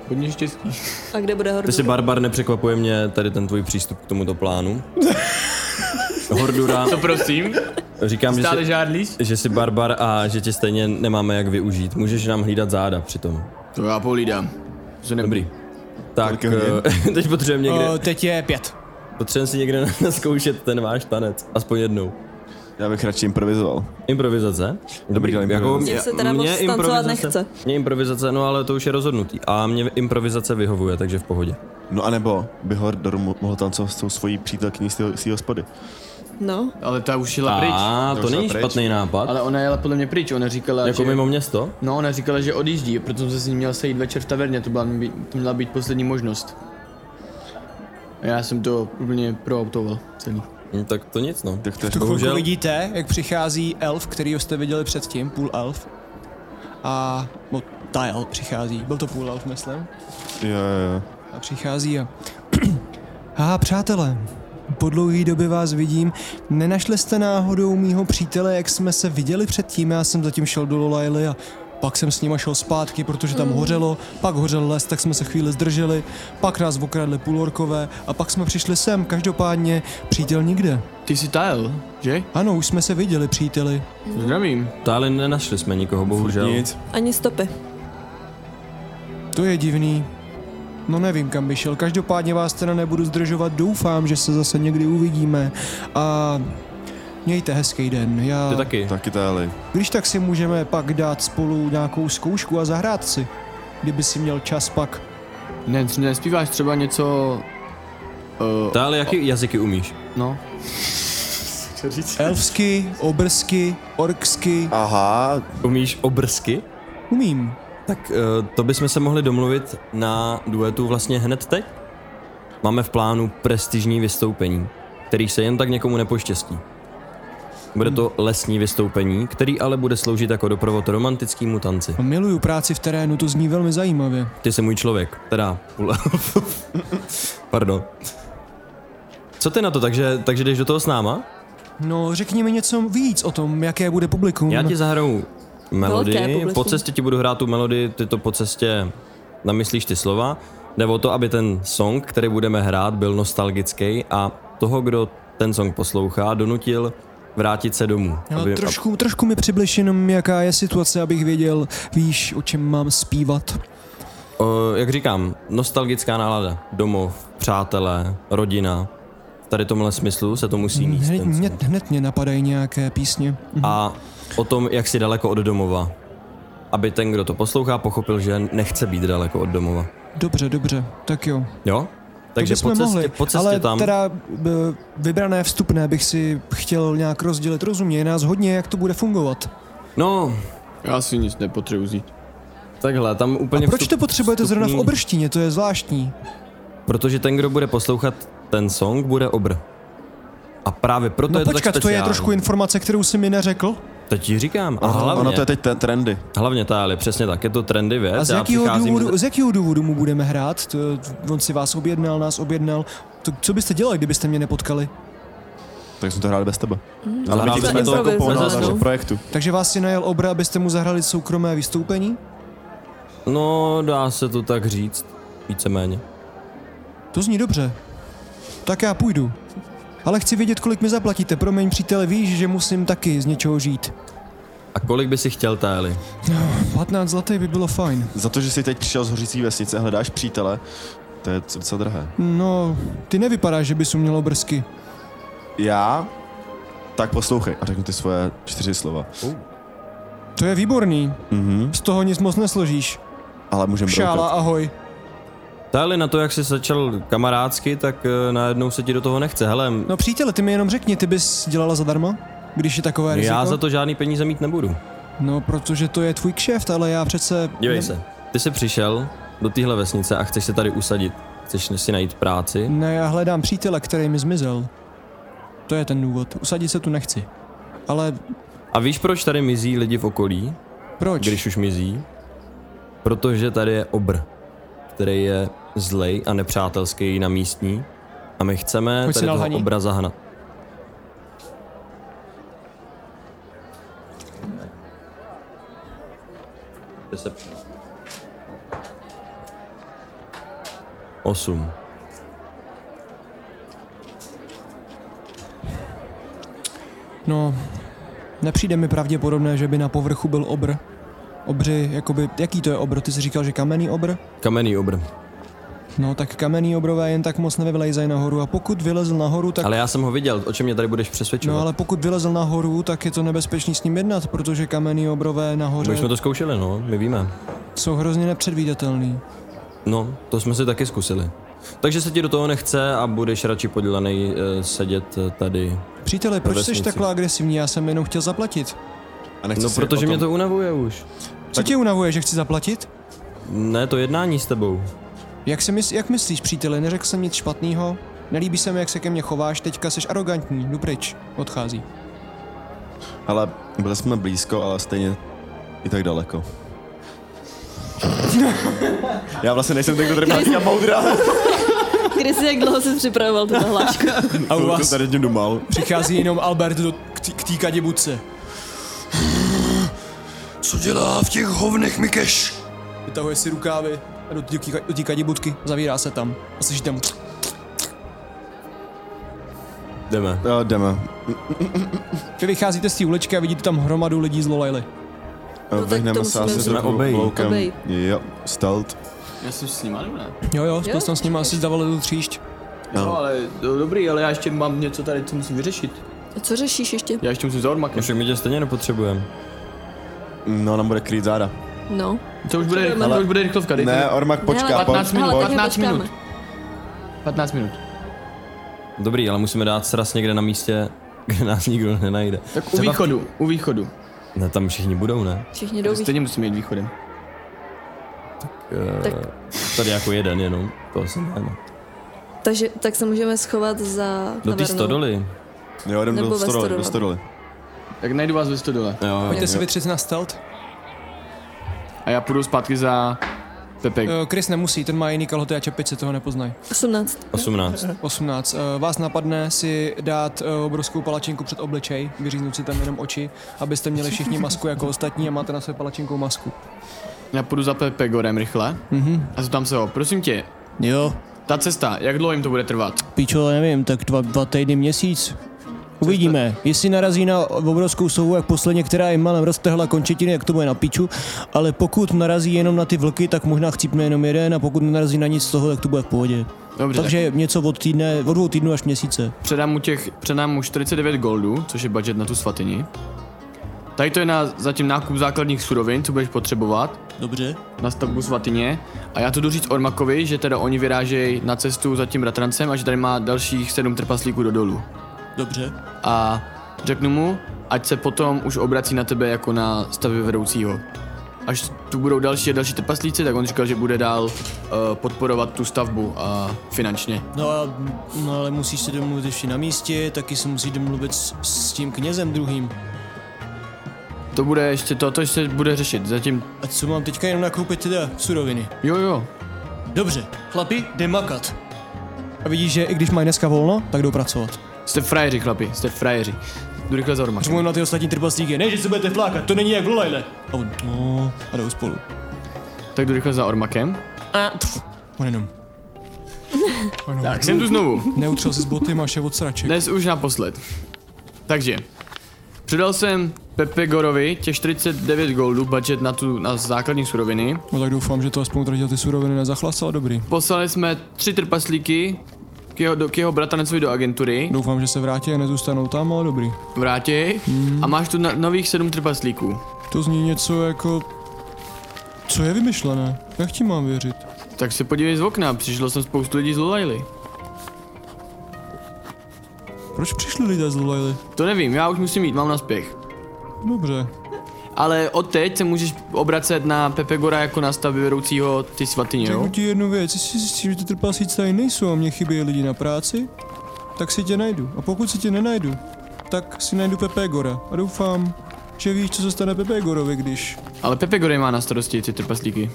G: Hodně štěstí.
D: A kde bude hordu?
C: Ty si Barbar nepřekvapuje mě tady ten tvůj přístup k tomuto plánu. Hordura,
G: To prosím,
C: říkám, že
G: stále
C: si,
G: žádlíš?
C: že si Barbar a že tě stejně nemáme jak využít. Můžeš nám hlídat záda přitom.
G: To já pohlídám. To ne...
C: Dobrý. Tak,
E: Kolik je hodin?
C: eh, teď potřebujeme někde,
B: O, teď je pět.
C: potřebujeme si někde naskoušet ten váš tanec, aspoň jednou.
E: Já bych radši improvizoval.
C: Improvizace.
E: Dobrý, jako dělám improvizaci.
D: Mně se teda moc tancovat nechce.
C: Mě improvizace, no ale to už je rozhodnutý. A mě improvizace vyhovuje, takže v pohodě.
E: No a nebo by Hordor mo- mohl tancovat s tou svojí přítelkyní z té- z té hospody.
D: No,
G: Ale ta už jela pryč.
C: A to
E: už
C: není
E: je pryč.
C: špatný nápad.
G: Ale ona jela podle mě pryč, ona říkala,
C: jako
G: že...
C: mimo město?
G: No, ona říkala, že odjíždí, proto jsem se s ní měl sejít večer v taverně, to, byla, to měla být poslední možnost. A já jsem to úplně prooptoval celý.
C: Hm, Tak to nic, no.
E: Tak to je
B: Tu chvilku
C: Bohužel.
B: jako vidíte, jak přichází elf, kterýho jste viděli předtím, půl elf. A no, ta elf přichází, byl to půl elf, myslím.
E: Jo, jo, jo.
B: A přichází a... A přátelé, po dlouhé době vás vidím. Nenašli jste náhodou mýho přítele, jak jsme se viděli předtím? Já jsem zatím šel do Lolajly a pak jsem s nima šel zpátky, protože tam hořelo, pak hořel les, tak jsme se chvíli zdrželi, pak nás okradli půlorkové a pak jsme přišli sem, každopádně přítel nikde.
G: Ty jsi Tael, že?
B: Ano, už jsme se viděli, příteli.
G: Mhm. Zdravím.
C: Tále nenašli jsme nikoho, bohužel.
E: Nic.
D: ani stopy.
B: To je divný. No nevím, kam by šel. Každopádně vás teda nebudu zdržovat. Doufám, že se zase někdy uvidíme. A mějte hezký den. Já,
C: Ty taky.
E: Taky táli.
B: Když tak si můžeme pak dát spolu nějakou zkoušku a zahrát si. Kdyby si měl čas pak.
G: Ne, tři- nespíváš třeba něco... Uh,
C: Tále, jaký jazyky umíš?
G: no.
B: Elfsky, obrsky, orksky.
E: Aha,
C: Umíš obrsky?
B: Umím.
C: Tak eh, to bychom se mohli domluvit na duetu vlastně hned teď. Máme v plánu prestižní vystoupení, který se jen tak někomu nepoštěstí. Bude to lesní vystoupení, který ale bude sloužit jako doprovod romantickému tanci.
B: Miluju práci v terénu, to zní velmi zajímavě.
C: Ty jsi můj člověk, teda půl elf. Pardon. Co ty na to, takže, takže jdeš do toho s náma?
B: No, řekni mi něco víc o tom, jaké bude publikum.
C: Já ti zahraju
D: Velké
C: melodii,
D: publikum.
C: po cestě ti budu hrát tu melodii, ty to po cestě namyslíš ty slova. Jde o to, aby ten song, který budeme hrát, byl nostalgický a toho, kdo ten song poslouchá, donutil vrátit se domů.
B: No,
C: Aby-
B: trošku, trošku mi přibliž jenom, jaká je situace, abych věděl, víš, o čem mám zpívat.
C: O, jak říkám, nostalgická nálada. Domov, přátelé, rodina. tady tomhle smyslu se to musí míst.
B: Hned,
C: ten
B: Mm, mě,
C: song.
B: hned mě napadají nějaké písně.
C: A o tom, jak si daleko od domova. Aby ten, kdo to poslouchá, pochopil, že nechce být daleko od domova.
B: Dobře, dobře, tak jo.
C: Jo? Takže
B: to
C: po
B: bychom
C: cestě,
B: mohli,
C: po cestě
B: ale
C: tam...
B: teda b, vybrané vstupné bych si chtěl nějak rozdělit rozumně, je nás hodně, jak to bude fungovat.
C: No,
G: Já si nic nepotřebuji vzít.
C: takhle, tam úplně
B: A proč to
C: vstup-
B: potřebujete zrovna v
C: vstupní-
B: obrštině, to je zvláštní.
C: Protože ten, kdo bude poslouchat ten song, bude obr. A právě proto
B: No
C: je to
B: počkat,
C: tak
B: to je
C: speciální.
B: trošku informace, kterou si mi neřekl.
C: To ti říkám. A
E: Ono-
C: hlavně,
E: Ono to je teď ten trendy.
C: hlavně Táli, přesně tak, je to trendy věc.
B: A z
C: já
B: jakého,
C: přicházím
B: důvodu,
C: z-
B: z jakého důvodu mu budeme hrát? To, on si vás objednal, nás objednal. To, co byste dělali, kdybyste mě nepotkali?
E: Tak jsme to hráli bez tebe. Ale
C: Zahrál
E: my ti
C: jsme
E: jsme
C: to
E: to jako
D: bez
E: pomohli
C: nás,
E: našem
C: no.
E: projektu.
B: Takže vás si najel obra, abyste mu zahrali soukromé vystoupení?
C: No, dá se to tak říct. Víceméně.
B: To zní dobře. Tak já půjdu. Ale chci vědět, kolik mi zaplatíte. Promiň, přítele, víš, že musím taky z něčeho žít.
C: A kolik by si chtěl, Táli?
B: 15 zlatý by bylo fajn.
E: Za to, že jsi teď přišel z hořící vesnice a hledáš přítele, to je docela drahé.
B: No, ty nevypadáš, že bys uměl obrsky.
E: Já? Tak poslouchej a řeknu ty svoje čtyři slova. Mhm,
B: To je výborný. Mm-hmm. Z toho nic moc nesložíš.
E: Ale můžeme
B: Šála,
E: broukat.
B: ahoj.
C: Táli, na to, jak jsi začal kamarádsky, tak eh, najednou se ti do toho nechce. Hele,
B: No přítele, ty mi jenom řekni, ty bys dělala zadarmo? Když je takové riziko?
C: já za to žádný peníze mít nebudu.
B: No, protože to je tvůj kšeft, ale já přece...
C: Dívej
B: ne-
C: se, ty jsi přišel do téhle vesnice a chceš se tady usadit. Chceš si najít práci.
B: Ne, já hledám přítele, který mi zmizel. To je ten důvod. Usadit se tu nechci. Ale
C: A víš, proč tady mizí lidi v okolí?
B: proč?
C: Když už mizí? Protože tady je obr, který je zlej a nepřátelský na místní. A my chceme
B: Pojď si
C: tady toho
B: nalhaní.
C: obra zahnat. Kde se- Osm.
B: No, nepřijde mi pravděpodobné, že by na povrchu byl obr. Obři, jakoby, jaký to je obr? Ty jsi říkal, že kamenný obr?
C: Kamenný obr.
B: No, tak kamenný obrové jen tak moc nevyvlejzají nahoru a pokud vylezl nahoru, tak...
C: Ale já jsem ho viděl, o čem mě tady budeš přesvědčovat?
B: No ale pokud vylezl nahoru, tak je to nebezpečný s ním jednat, protože kamenný obrové nahoře
C: My jsme to zkoušeli, no, my víme.
B: jsou hrozně nepředvídatelný.
C: No, to jsme si taky zkusili. Takže se ti do toho nechce a budeš radši podělaný e, sedět eh, tady.
B: Příteli, proč jsi
C: vesnici.
B: takhle agresivní? Já jsem jenom chtěl zaplatit.
E: A nechci
C: No,
E: si o
C: protože
E: tom-
C: mě to unavuje už.
B: Co tě unavuje, že chci zaplatit?
C: Ne, to jednání s tebou.
B: Jak, si mysl, jak myslíš, příteli, neřekl jsem nic špatného? Nelíbí se mi, jak se ke mně chováš, teďka jsi arrogantní, jdu pryč, odchází.
E: Ale byli jsme blízko, ale stejně i tak daleko. Já vlastně nejsem ten, kdo tady platí a moudra.
D: Kde jsi, jak dlouho jsi připravoval tu hlášku?
B: A u
E: To tady tím dumal.
B: Přichází jenom Albert do, k tý- k té kadibuce.
F: Co dělá v těch hovnech Mikeš?
B: Vytahuje si rukávy a do té ka- do té kadibutky zavírá se tam. A slyší tam...
C: Jdeme.
E: Jo, Eh, jdeme.
B: Vy vycházíte z té uličky a vidíte tam hromadu lidí z Lolajly.
D: tak
E: Vyhneme
D: to
E: se
D: musíme
E: asi
D: Jsme
E: trochu
C: obejít.
E: loukem.
D: Obejít.
E: Jo, stealth.
G: Já jsem s ním, nebo ne?
B: Jo, jo, spolu
D: Jo,
B: jsem s nimi asi zdavali do tříšť.
G: No, ale do, dobrý, ale já ještě mám něco tady, co musím vyřešit.
D: A co řešíš ještě?
G: Já ještě musím za
C: No,
G: ormakem.
C: však my tě stejně nepotřebujeme.
E: No, nám bude krýt záda.
D: No.
G: To už bude, rychlo, to už bude rychlovka, dejte
E: Ne,
G: mi
E: Ormak,
D: Hele,
E: počká, pojď.
G: 15 minut,
D: hele,
G: 15 minut.
D: počkáme.
G: 15 minut.
C: Dobrý, ale musíme dát sraz někde na místě, kde nás nikdo nenajde.
G: Tak u východu, u východu.
C: Ne, tam všichni budou, ne?
D: Všichni jdou víc.
G: Stejně musíme jít východem.
C: E,
D: Tak.
C: Tady jako jeden jenom. To asi ne. no.
D: Takže tak se můžeme schovat za
C: Do té
D: tavernou.
C: stodoly.
E: Jo, jdem
D: Nebo
E: do
D: ve
E: stodoly,
D: Stodole.
E: do stodoly.
G: Tak najdu vás ve stodole.
C: Jo, jo.
B: Pojďte si vytřit na stealth.
G: A já půjdu zpátky za Pepek.
B: Eh, Chris nemusí, ten má jiný kalhoty a čepice, toho nepoznají.
D: 18.
C: 18.
B: 18. Eh, Vás napadne si dát eh, obrovskou palačinku před obličej, vyříznout si tam jenom oči, abyste měli všichni masku jako ostatní a máte na své palačinkou masku.
G: Já půjdu za Pepegorem rychle. Mm-hmm. A zeptám se ho, prosím tě,
A: Jo,
G: ta cesta, jak dlouho jim to bude trvat?
A: píčo, nevím, tak dva, dva týdny, měsíc.
B: Uvidíme. Jestli narazí na obrovskou souvu, jak posledně, která jim malem roztrhla končetiny, jak to bude na piču, ale pokud narazí jenom na ty vlky, tak možná chcípne jenom jeden a pokud narazí na nic z toho, tak to bude v pohodě.
G: Dobře, Takže...
B: Takže něco od týdne, od dvou týdnů až měsíce.
G: předám mu těch, předám mu 49 goldů, což je budget na tu svatyni. Tady to je na zatím nákup základních surovin, co budeš potřebovat
B: Dobře.
G: na stavbu svatyně. A já to jdu říct Ormakovi, že teda oni vyrážejí na cestu za tím bratrancem a že tady má dalších sedm trpaslíků do dolu.
B: Dobře.
G: A řeknu mu, ať se potom už obrací na tebe jako na stavy vedoucího. Až tu budou další a další trpaslíci, tak on říkal, že bude dál uh, podporovat tu stavbu a finančně.
B: No, a, no ale musíš se domluvit ještě na místě, taky se musí domluvit s, s tím knězem druhým.
G: To bude ještě to, to ještě bude řešit. Zatím,
B: A co mám teďka jenom nakoupit teda suroviny?
G: jo jo,
B: Dobře, chlapi, jde makat. A vidíš, že i když mají dneska volno, tak jdou pracovat.
G: jste frajeři chlapi, jste frajeři. Jdu rychle za Ormakem.
B: Mluvím na ty ostatní trpaslíky, ne, že se budete flákat, to není jak v Lolajle. A on, no, a jdou spolu.
G: Tak jdu rychle za Ormakem.
H: A pff,
B: On jenom.
G: Tak jsem tu znovu.
B: Neutřel si z boty, máš je od sraček.
G: Dnes už naposled. Takže, předal jsem Pepe Gorovi těch 49 goldů budget na tu na základní suroviny.
B: No tak doufám, že to aspoň tady ty suroviny nezachlasal, dobrý.
G: Poslali jsme tři trpaslíky k jeho, do, k jeho bratancovi do agentury.
B: Doufám, že se vrátí a nezůstanou tam, ale dobrý.
G: Vrátěj a máš tu na, nových sedm trpaslíků.
B: To zní něco jako... Co je vymyšlené? Jak ti mám věřit?
G: Tak se podívej z okna, přišlo sem spoustu lidí z Lolajly.
B: Proč přišli lidé z Lulajly?
G: To nevím, já už musím jít, mám na spěch.
B: Dobře.
G: Ale od teď se můžeš obracet na Pepe Gora jako na stavby vedoucího ty svatyně,
B: Řeknu
G: jo?
B: ti jednu věc, jestli zjistíš, že ty trpasíci tady nejsou a mě chybí lidi na práci, tak si tě najdu. A pokud si tě nenajdu, tak si najdu Pepe Gora. A doufám, že víš, co se stane Pepe Gorovi, když...
G: Ale Pepe Gore má na starosti ty trpaslíky.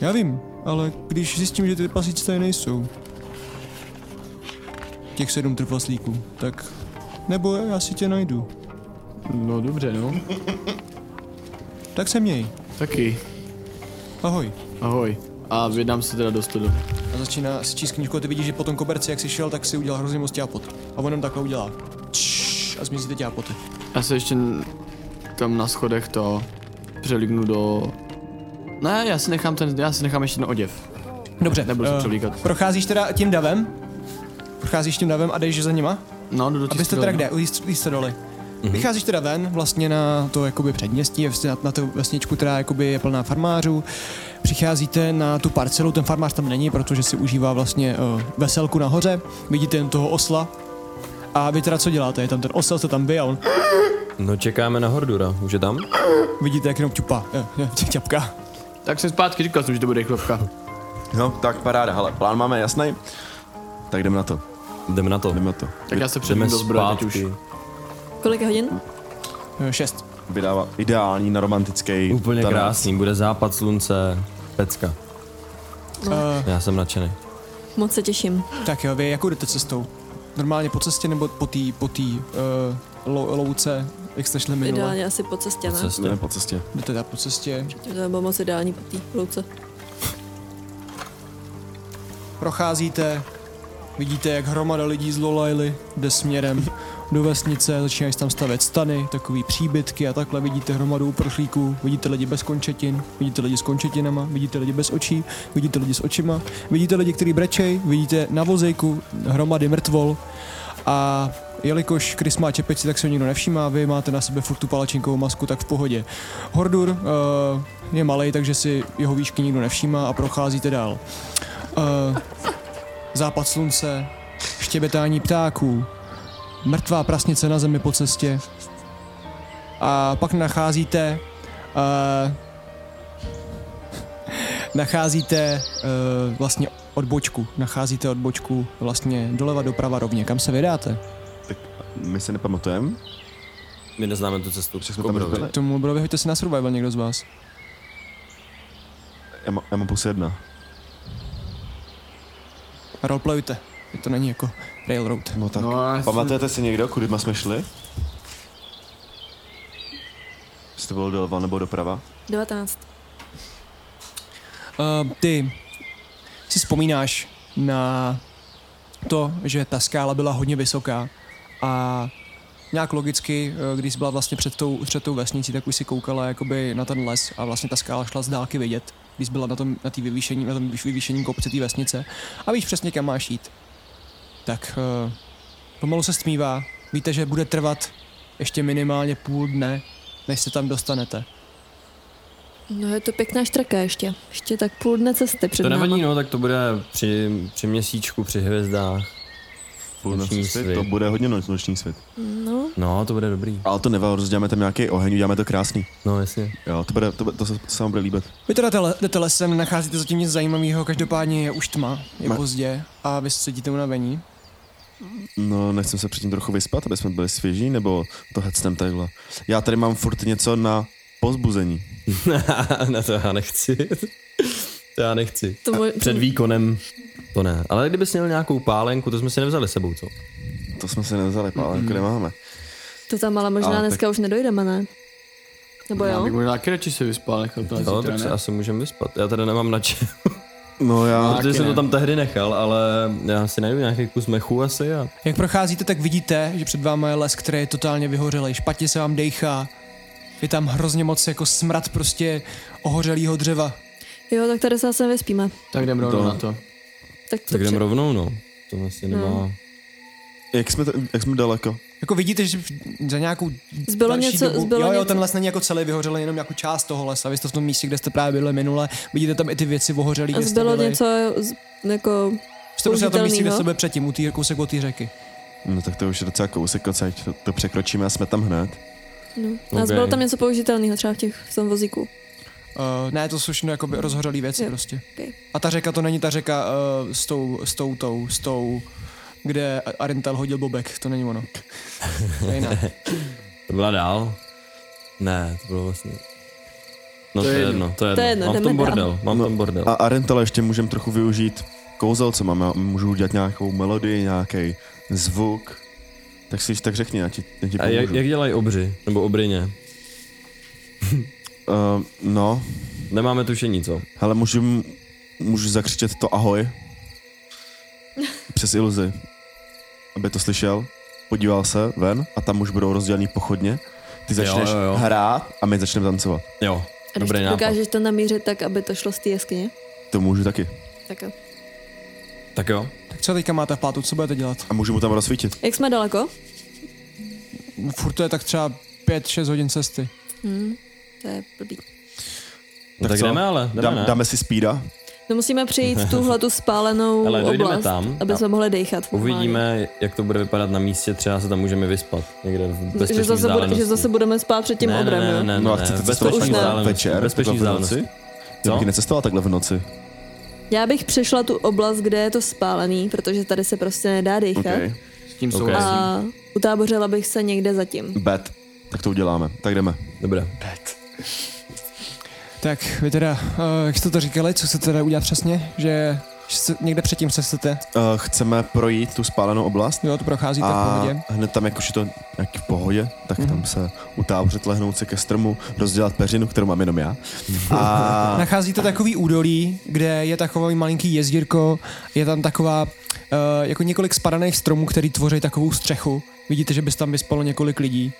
B: Já vím, ale když zjistím, že ty trpasíci tady nejsou. Těch sedm trpaslíků, tak... Nebo já si tě najdu.
G: No dobře, no.
B: Tak se měj.
G: Taky.
B: Ahoj.
G: Ahoj. A vydám se teda do studu.
B: A začíná si číst knížku a ty vidíš, že po tom koberci, jak si šel, tak si udělal hrozně moc ťápot. A on jenom takhle udělá. Čš, a zmizíte ťápoty.
G: Já se ještě n- tam na schodech to přelíknu do... Ne, já si nechám ten, já si nechám ještě ten oděv.
B: Dobře.
G: Nebudu se
B: eh,
G: převlíkat.
B: Procházíš teda tím davem? Procházíš tím davem a jdeš za nima?
G: No, jdu do
B: Abyste
G: čistého
B: teda
G: dna.
B: kde? Jste doly.
G: Mhm.
B: Vycházíš teda ven, vlastně na to jakoby předměstí, vlastně na, na tu vesničku, která jakoby je plná farmářů. Přicházíte na tu parcelu, ten farmář tam není, protože si užívá vlastně uh, veselku nahoře. Vidíte jen toho osla. A vy teda co děláte? Je tam ten osel, jste tam vy a on
C: No čekáme na Hordura, už je tam?
B: vidíte, jak jenom ťupá, eh, eh, ťapka.
G: no. Tak jsem zpátky říkal jsem, že to bude rychlovka.
E: No, tak paráda, hele, plán máme jasný. Tak jdem na to,
C: Jdeme na to.
E: jdem na to.
G: Tak já se předím
C: Jdeme
G: do zbroje teď už.
C: zpátky.
D: Kolik je hodin?
B: Eh, Šest.
E: Vydává ideální na romantický
C: Úplně
E: tanec.
C: krásný, bude západ slunce, pecka.
B: Eh,
C: Já jsem nadšený.
D: Moc se těším.
B: Tak jo, vy jakou jdete cestou? Normálně po cestě nebo po té po tý, uh, lou, louce, jak jste šli minule?
D: Ideálně asi po cestě, ne?
C: Cestě.
E: Jdeme po cestě.
B: Jdete teda po cestě.
D: To bylo moc ideální po té louce.
B: Procházíte, vidíte, jak hromada lidí z Lolajly jde směrem do vesnice, začínají se tam stavět stany, takový příbytky a takhle vidíte hromadu uprchlíků, vidíte lidi bez končetin, vidíte lidi s končetinama, vidíte lidi bez očí, vidíte lidi s očima, vidíte lidi, kteří brečej, vidíte na vozejku hromady mrtvol a jelikož Chris má čepici, tak se ho nikdo nevšímá, vy máte na sebe furt tu palačinkovou masku, tak v pohodě. Hordur uh, je malý, takže si jeho výšky nikdo nevšímá a procházíte dál. Uh, západ slunce, štěbetání ptáků, mrtvá prasnice na zemi po cestě. A pak nacházíte uh, nacházíte uh, vlastně odbočku, nacházíte odbočku vlastně doleva doprava rovně, kam se vydáte?
E: My se nepamatujeme.
C: My neznáme tu cestu.
E: Všechno tam
C: Kobrovi.
E: říkali.
B: Tomu bro, vyhoďte si na survival někdo z vás.
E: Já, má, já mám plus jedna.
B: Roleplayujte, to není jako railroad.
E: No tak.
G: No, já si-
E: Pamatujete si někdo, kudy jsme šli? Jestli to bylo doleva nebo doprava?
D: 19.
B: Uh, ty si vzpomínáš na to, že ta skála byla hodně vysoká a nějak logicky, eh, když jsi byla vlastně před tou, před tou vesnicí, tak už si koukala jakoby na ten les a vlastně ta skála šla z dálky vidět, když jsi byla na tom, na tý vyvýšení, na tom vyvýšení kopce té vesnice a víš přesně, kam máš jít. Tak eh, pomalu se stmívá, víte, že bude trvat ještě minimálně půl dne, než se tam dostanete.
D: No je to pěkná štraka ještě. Ještě tak půl dne cesty před
C: To nevadí,
D: náma.
C: no, tak to bude při, při měsíčku, při hvězdách. Noční svět.
E: To bude hodně noč- noční svět.
D: No,
C: No, to bude dobrý.
E: Ale to nevadí, rozděláme tam nějaký oheň, uděláme to krásný.
C: No, jasně.
E: Jo, to, bude, to, bude- to se, to se vám bude líbit.
B: Vy teda tele, jdete lesem, nenacházíte zatím nic zajímavého, každopádně je už tma, je
E: Ma-
B: pozdě a vy sedíte unavení.
E: No, nechcem se předtím trochu vyspat, aby jsme byli svěží, nebo to hecnem takhle. Já tady mám furt něco na pozbuzení.
C: ne, to já nechci. to já nechci.
D: to mo-
C: Před
D: to-
C: výkonem to ne. Ale kdyby měl nějakou pálenku, to jsme si nevzali sebou, co?
E: To jsme se nevzali, ale jako nemáme.
D: To tam ale možná
E: Ale tak-
D: dneska už nedojdeme, ne? Nebo
G: Já
D: jo?
G: bych možná taky radši se vyspal, nechal to na
C: No,
G: zítra,
C: tak se
G: ne?
C: asi můžeme vyspat. Já tady nemám na čem,
E: No já,
C: protože jsem
G: ne.
C: to tam tehdy nechal, ale já si najdu nějaký kus mechu asi a
B: Jak procházíte, tak vidíte, že před vámi je les, který je totálně vyhořelý, špatně se vám dejchá, je tam hrozně moc jako smrad prostě ohořelého dřeva.
D: Jo, tak tady se zase vyspíme.
G: Tak jdem rovnou na to.
D: Tak to
C: tak jdem
D: pře-
C: rovnou, no. To asi nemá...
E: jak, jsme, t- jak jsme daleko?
B: Jako vidíte, že za nějakou
D: Zbylo
B: další
D: něco-
B: dobu,
D: zbylo
B: jo, jo,
D: něco-
B: ten les není jako celý vyhořelý, jenom jako část toho lesa, vy jste v tom místě, kde jste právě byli minule, vidíte tam i ty věci ohořelý,
D: A
B: kde jste
D: zbylo
B: byli.
D: něco z- jako...
B: Jste prostě na tom místě, kde
D: použitelnýho?
B: jste byli předtím, u tý, kousek od té řeky.
E: No tak to už je docela kousek, odsaď to, to překročíme a jsme tam hned.
D: no, A
C: Ok.
D: zbylo tam něco použitelného třeba v, těch, v tom vozíku.
B: Uh, ne, to jsou všechno jako rozhořelý věci
D: Jo,
B: prostě.
D: ok.
B: A ta řeka to není ta řeka uh, s tou, s tou, tou, s tou, kde Arintal hodil bobek, to není ono. To je jiná.
C: To byla dál? Ne, to bylo vlastně... No to,
G: To je
C: je
G: jedno.
C: jedno, to je jedno.
D: To je jedno,
C: Mám v tom
D: jdeme dál.
C: bordel, mám v tom bordel.
E: A Arentele ještě můžeme trochu využít kouzel, co máme. Můžu udělat nějakou melodii, nějaký zvuk. Tak si tak řekni, já ti, já ti
C: A jak,
E: pomůžu.
C: jak dělají obři? Nebo obrině?
E: Ehm, no,
C: Nemáme tušení, co?
E: hele, můžu, můžu zakřičet to ahoj. Přes iluzi. Aby to slyšel. Podíval se ven a tam už budou rozdělený pochodně. Ty začneš
C: jo, jo.
E: hrát a my začneme tancovat.
C: Jo,
D: A když
C: dobrý
D: to
C: nápad.
D: dokážeš to namířit tak, aby to šlo z té jeskyně.
E: To můžu taky.
D: Tak jo.
C: Tak jo.
B: tak co teďka máte v plátu, co budete dělat?
E: A můžu mu tam rozsvítit.
D: Jak jsme daleko?
B: Furt to je tak třeba 5-6 hodin cesty.
D: To je blbý.
C: No, tak
E: co?
C: jdeme ale, jdeme,
E: Dám,
C: ne?
E: dáme si speeda.
D: No musíme přejít tuhle tu spálenou
C: Hele, dojdeme
D: oblast,
C: tam
D: aby
C: a
D: jsme mohli dejchat. normálně.
C: Uvidíme, jak to bude vypadat na místě, třeba se tam můžeme vyspat. Někde v bezpečné
D: Že zase, bude, že zase
C: vzdálenosti.
D: budeme spát před tím
C: ne,
D: obrem,
C: ne, ne,
D: jo?
C: ne,
E: No a
C: ne,
E: chcete
C: v
E: cestovat
C: bezpečné
D: takhle
C: vzdálenosti,
E: večer? jako
C: v Bezpečné
E: Takhle v noci?
C: vzdálenosti.
E: Já
C: Co?
E: bych necestoval takhle v noci.
D: Já bych přešla tu oblast, kde je to spálený, protože tady se prostě nedá dejchat.
E: Okay.
G: S tím
C: Ok.
G: souhlasím.
D: A utábořila bych se někde zatím.
E: Bet. Tak to uděláme. Tak jdeme.
C: Dobré.
B: Tak vy teda, uh, jak jste to říkali, co chcete teda udělat přesně? Že se, někde předtím se chcete,
E: Uh, chceme projít tu spálenou oblast
B: jo, to procházíte v
E: a
B: pohodě.
E: hned tam, jak už je to nějak v pohodě, tak tam se utávořit, lehnout se ke stromu, rozdělat peřinu, kterou mám jenom já. A
B: Nacházíte takový údolí, kde je takový malinký jezdírko, je tam taková uh, jako několik spadaných stromů, který tvoří takovou střechu. Vidíte, že by se tam vyspalo několik lidí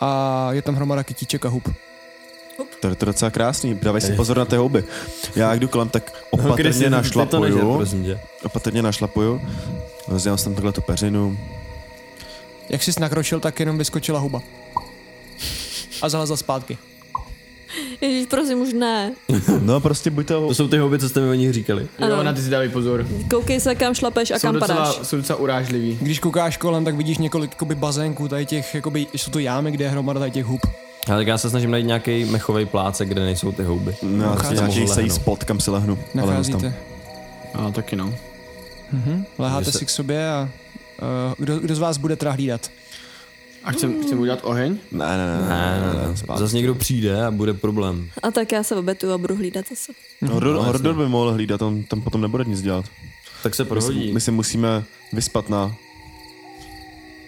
B: a je tam hromada kytíček a hub.
E: to je to docela krásný, dávej si pozor na ty houby. Já jak jdu kolem, tak opatrně
C: Ty to nežer,
E: našlapuju,
C: prosím tě.
E: opatrně našlapuju, rozdělám jsem takhle tu peřinu,
B: Jak jsi nakročil, tak jenom vyskočila huba. A zalezla zpátky.
D: Ježíš, prosím, už ne.
E: no prostě buď to,
C: To jsou ty houby, co jste mi o nich říkali.
G: Jo, na ty si dávej pozor.
D: Koukej se, kam šlapeš a
G: Jsou
D: kam padáš.
G: docela, jsou docela urážlivý.
B: Když koukáš kolem, tak vidíš několik jakoby, bazénků, tady těch, jakoby, jsou to jámy, kde je hromada tady těch hub.
C: Ale tak já se snažím najít nějaký mechový pláce, kde nejsou ty houby.
E: no, já si
B: Nacházíte.
E: nějaký
C: Mohl
E: sej
C: lehnout.
E: spot, kam si lehnu. ale lehnu tam.
B: Nacházíte.
G: A taky no.
B: Leháte
C: Takže se-
B: si k sobě a uh, kdo, kdo, z vás bude teda hlídat?
G: A chcem, chcem udělat oheň?
E: Ne, ne, ne,
C: Ne, ne, ne.
E: zpátky.
C: Zase někdo přijde a bude problém.
D: A tak já se obetuju a budu hlídat zase.
E: Hordor,
C: No, jasně.
E: Hordor by mohl hlídat, on tam potom nebude nic dělat.
C: Tak se
E: My se,
C: prohodí.
E: my se musíme vyspat na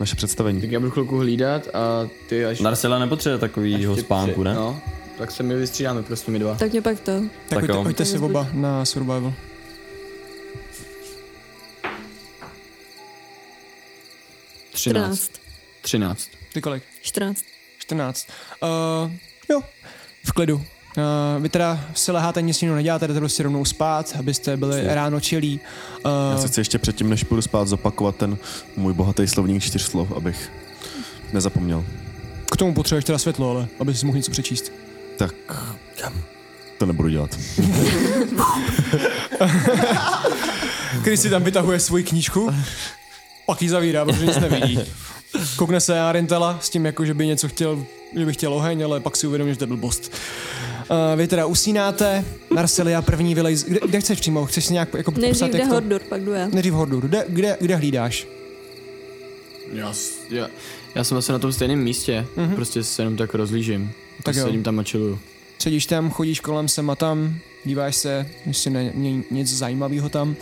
E: naše představení.
G: Tak já budu chvilku hlídat a ty až...
C: Narcela nepotřebuje takovýho
G: tě-
C: spánku, ne?
G: No, tak se mi vystřídáme prostě my dva.
D: Tak mě pak to.
B: Tak,
C: Tak
B: tak
C: jo.
B: hoďte si oba na survival.
D: Trnáct.
G: 13.
B: Ty kolik?
D: 14.
B: 14. Uh, jo, v klidu. Uh, vy teda si leháte, nic jiného neděláte, jdete prostě rovnou spát, abyste byli ráno čilí.
E: Já
B: Uh,
E: se chci ještě předtím, než půjdu spát, zopakovat ten můj bohatý slovník čtyř slov, abych nezapomněl.
B: k tomu potřebuješ teda světlo, ale aby si mohl něco přečíst.
E: Tak to nebudu dělat.
B: Chris si tam vytahuje svoji knížku, pak ji zavírá, protože nic nevidí. Koukne se na Rentela s tím, jako že by něco chtěl, že by chtěl oheň, ale pak si uvědomí, že to je blbost. Uh, vy teda usínáte, Narselia první vylejz... Kde, kde chceš přímo? Chceš si nějak jako popsat,
D: Nejdřív jde
B: jak to...
D: Hordor, pak jdu já.
B: Nejdřív Hordur. Kde, kde, kde hlídáš?
G: Já, s- já, já jsem vlastně na tom stejném místě,
C: Mhm.
G: mm-hmm. prostě se jenom tak rozlížím.
B: Tak
G: Tak
B: jo.
G: sedím tam a chilluju.
B: Sedíš tam, chodíš kolem sem a tam, díváš se, jestli ne, není nic zajímavého tam.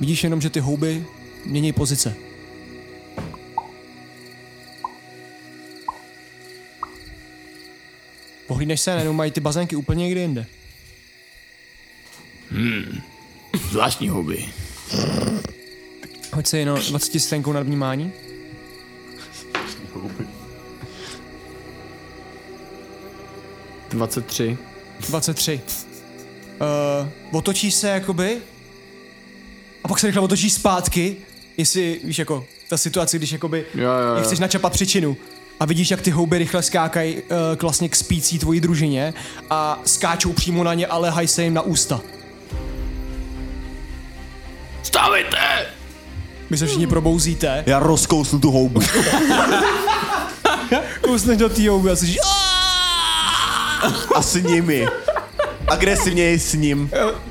B: Vidíš jenom, že ty houby mění pozice. Pohlídneš se, najednou mají ty bazénky úplně někde jinde.
G: Zvláštní houby.
B: Hoď se jenom 20 stenkou na vnímání.
E: Houby.
G: 23.
B: 23. Uh, otočíš se jakoby a pak se rychle otočíš zpátky, jestli víš jako ta situace, když jakoby
G: Jo, jo,
B: jak
G: jo.
B: chceš načapat příčinu a vidíš, jak ty houby rychle skákají uh, k vlastně k spící tvojí družině a skáčou přímo na ně a lehají se jim na ústa.
G: Stavite!
B: Vy se
G: Hmm.
B: všichni probouzíte,
E: Já rozkousnu tu houbu.
B: kousneš do té houby a slyšíš
E: A s nimi. Agresivněji s ním.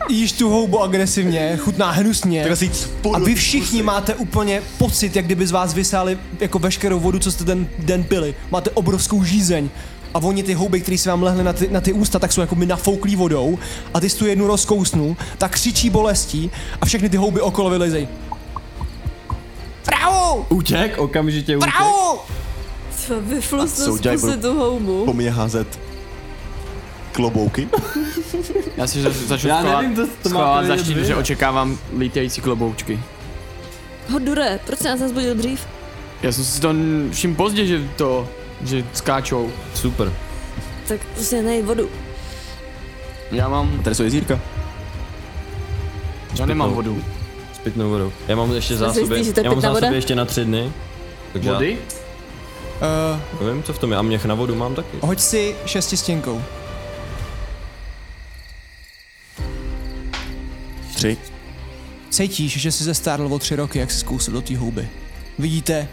B: jíš tu houbu agresivně, chutná hnusně.
E: Tak asi jít spolu.
B: A vy všichni máte úplně pocit, jak kdyby z vás vysáli jako veškerou vodu, co jste ten den pili. Máte obrovskou žízeň. A oni ty houby, které se vám lehly na ty, na ty ústa, tak jsou jako by nafouklí vodou. A ty jsi tu jednu rozkousnu, tak křičí bolestí a všechny ty houby okolo vylezejí. Pravo!
G: Utěk, okamžitě utěk.
B: Pravo!
D: Co,
E: A co
D: vyflusnu z
E: udělají,
D: pusy
E: budu-
D: tu
E: Po
D: houbu.
E: mně házet klobouky.
G: Já si za- začnu
C: Já
G: schovávat,
C: nevím, to- to máte
G: schovávat
C: vědět
G: zaštít,
C: vy,
G: že
C: ne?
G: očekávám lítající kloboučky.
D: Hordure, proč jsi nás nezbudil dřív?
G: Já jsem si to n- všim pozdě, že to, že skáčou.
C: Super.
D: Tak prostě nej vodu.
G: Já mám,
E: Tady jsou jezírka.
G: já nemám vodu.
C: S pitnou vodou. Já mám ještě
D: Jsme si
C: zásoby,
D: jistí, že to je
C: já mám
D: pitná
C: zásoby
D: voda?
C: ještě na tři dny. Takže
G: Vody?
B: Uh,
C: já nevím, co v tom je. A měch na vodu mám taky.
B: hoď si šestistěnkou.
E: Tři.
B: Cítíš, že jsi zestárl o tři roky, jak jsi zkousl do té houby. Vidíte,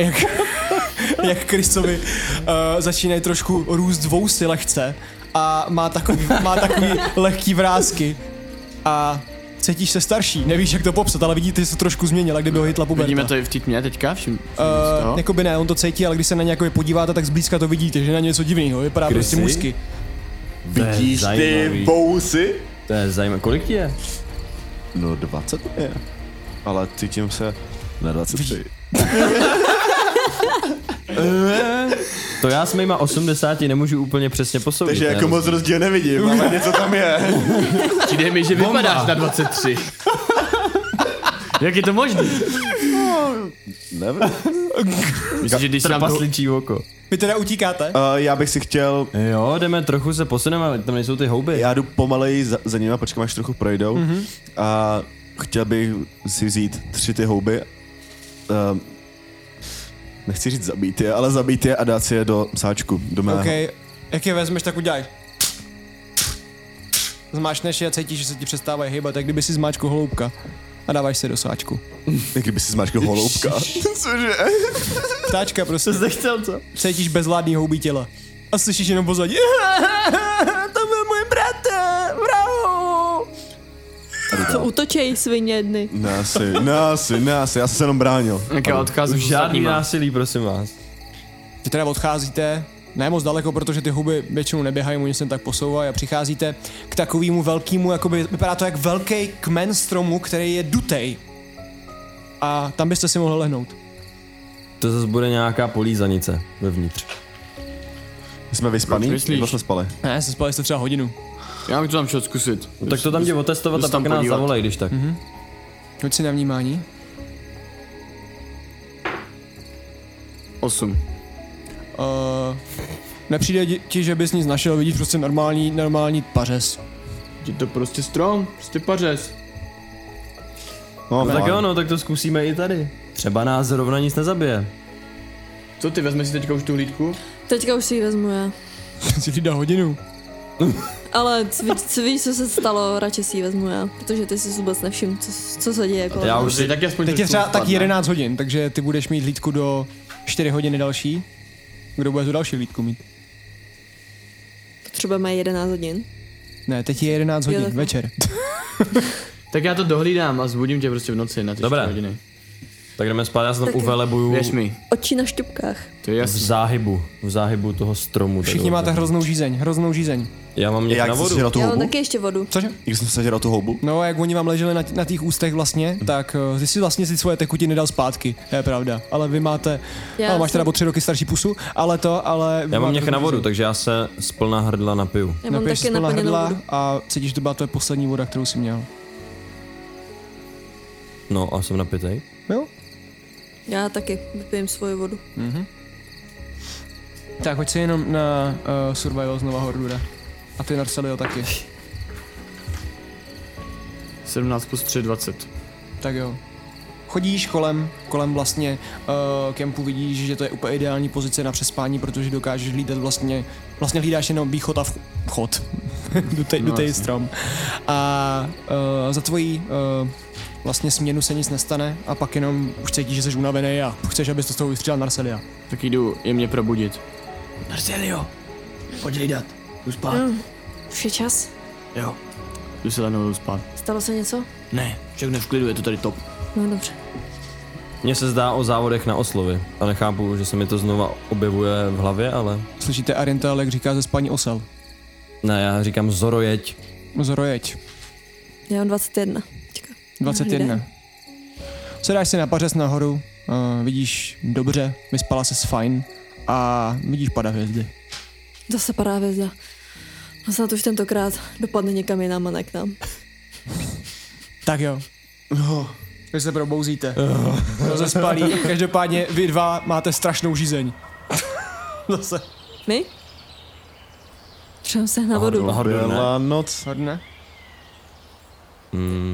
B: jak, jak Krisovi uh, začínají trošku růst vousy lehce a má takový, má takový lehký vrázky a cítíš se starší, nevíš jak to popsat, ale vidíte, že se trošku změnil, jak kdyby ho hitla puberta.
G: Vidíme to i v té tmě teďka, všim.
C: Eh,
B: Uh, jakoby ne, on to cítí, ale když se na něj jakoby podíváte, tak zblízka to vidíte, že je na něco divného, vypadá
C: Krysy?
B: prostě mužsky.
E: Vidíš ty
C: zajímavý.
E: bousy?
C: To je zajímavé. Kolik ti je?
E: No 20 to je. Ale cítím se na 23.
C: To já s mýma 80 nemůžu úplně přesně posoudit.
E: Takže
C: ne,
E: jako moc
C: rozumím.
E: rozdíl nevidím, ale něco tam je.
G: Přijde mi, že vypadáš na 23. Jak je to možné?
E: Nevím.
G: Myslím, že když se nám to...
C: Trpasličí oko.
B: Vy teda utíkáte?
E: Uh, já bych si chtěl,
C: Jo, jdeme trochu se posuneme, ale tam nejsou ty houby.
E: já jdu pomaleji za, za nima, počkám až trochu projdou
C: Mhm.
E: mm-hmm. a chtěl bych si vzít tři ty houby, uh, nechci říct zabít je, ale zabít je a dát si je do sáčku, do mého.
B: OK, jak je vezmeš, tak uděláš. Zmáčneš je a cítíš, že se ti přestávají hýbat, jak kdyby si zmáčku holoubka. A dáváš se do sáčku.
E: Jak kdyby si zmáčkal holoubka. Cože?
B: Ptáčka prostě.
C: jste chtěl, co?
B: Cítíš bezvládný houbí těla. A slyšíš jenom pozadí. to byl můj bratr, vrahu.
D: Co útočej svině jedny.
E: Násy, násy, násy, já jsem se jenom bránil.
G: Jak já odcházím s
C: Žádný
G: ostatníma.
C: násilí, prosím vás.
B: Vy teda odcházíte, ne moc daleko, protože ty huby většinou neběhají, oni se tak posouvají a přicházíte k takovému velkému, jakoby, vypadá to jak velký kmen stromu, který je dutej. A tam byste si mohli lehnout.
C: To zase bude nějaká polízanice vevnitř.
E: Jsme vyspaný?
G: Proč myslíš?
E: Nebo jsme spali?
B: Ne, se spali jste třeba hodinu.
G: Já bych to tam šel zkusit.
C: No, tak to tam jde otestovat
G: jdu
C: a
G: se tam
C: pak nás
G: podívat.
C: zavolej, když tak. Mm-hmm.
B: Hoď si na vnímání.
G: 8.
B: Uh, nepřijde di- ti, že bys nic našel, vidíš prostě normální, normální pařez.
G: Je to prostě strom, prostě pařez.
E: No,
C: No tak
E: fajn.
C: jo, no, tak to zkusíme i tady. Třeba nás zrovna nic nezabije.
G: Co ty, vezmeš si teďka už tu hlídku?
D: Teďka už si ji vezmu já.
B: si hlídá hodinu.
D: Ale cvi, cvi, co se stalo, radši si ji vezmu já, protože ty si vůbec nevšim, co, co se děje jako kolem.
G: Já už si, tak aspoň
B: Teď je
G: trošku
B: třeba tak
G: spadne.
B: 11 hodin, takže ty budeš mít hlídku do 4 hodiny další. Kdo bude tu další hlídku mít?
D: Třeba mají 11 hodin.
B: Ne, teď je 11 hodin,
D: takhle.
B: večer.
G: Tak já to dohlídám a zbudím tě prostě v noci na ty
C: Dobré.
G: Dobré. hodiny.
C: Tak jdeme spát, já se tam
D: Tak jo.
C: uvelebuju
G: Věř mi.
D: Oči na šťupkách.
G: To je
C: v
G: jasný.
C: záhybu, v záhybu toho stromu.
B: Všichni
C: takhle.
B: máte hroznou žízeň, hroznou žízeň.
C: Já mám nějak na
E: Jak jsi
C: vodu.
E: sežral tu
D: Já mám
E: houbu?
D: taky ještě vodu.
B: Cože?
E: Jak jsi sežral tu houbu?
B: No a jak oni vám leželi na, na těch ústech vlastně, tak eh, ty si vlastně si svoje tekutiny dal zpátky, to je pravda. Ale vy máte,
D: Já
B: ale No, máš
D: jsem-
B: teda o tři roky starší pusu, ale to, ale... vy
C: Já mám
B: máte
C: nějak na
B: hroznou
C: vodu,
B: žízeň.
C: takže já se z plná hrdla napiju.
D: Já mám
B: Napiješ
D: taky
B: si z plná
D: naplněnou
B: hrdla
D: vodu.
B: A cítíš, že byla to je poslední voda, kterou jsi měl.
C: No a jsem napitej.
B: Jo?
D: Já taky vypijem svoji vodu.
B: Tak hoď si jenom na uh, survival znova Hordura. A ty Narcelio taky.
G: 17 plus 3, 20.
B: Tak jo. Chodíš kolem, kolem vlastně uh, kempu, vidíš, že to je úplně ideální pozice na přespání, protože dokážeš hlídat vlastně, vlastně hlídáš jenom východ a vchod. do tej, do tej
G: jasně.
B: strom. A uh, za tvojí uh, vlastně směnu se nic nestane a pak jenom už cítíš, že jsi unavený a chceš, abys to z toho vystřílel Narcelia.
G: Tak jdu jemně probudit.
I: Marcelio, pojď hlídat. Jdu spát.
D: Už je čas?
I: Jo.
G: Jdu se lehnout spát.
D: Stalo se něco?
I: Ne, všechno v klidu, je to tady top.
D: No dobře.
C: Mně se zdá o závodech na oslovy a nechápu, že se mi to znova objevuje v hlavě, ale...
B: Slyšíte Ariental, jak říká ze spaní osel.
C: Ne, já říkám Zoro jeď.
B: Zorojeď.
D: Já mám 21. Čeká.
B: 21. Sedáš si na pařez nahoru, uh, vidíš dobře, vyspala se fajn a vidíš pada hvězdy.
D: Zase padá hvězda. No snad už tentokrát dopadne někam jinam a ne k nám.
B: Tak jo. Eh. Vy No, se probouzíte. To se spalí. Každopádně vy dva máte strašnou žízeň. Zase.
D: My? Třeba se na vodu.
C: Hordure, ne?
E: Byla noc.
B: Hodne?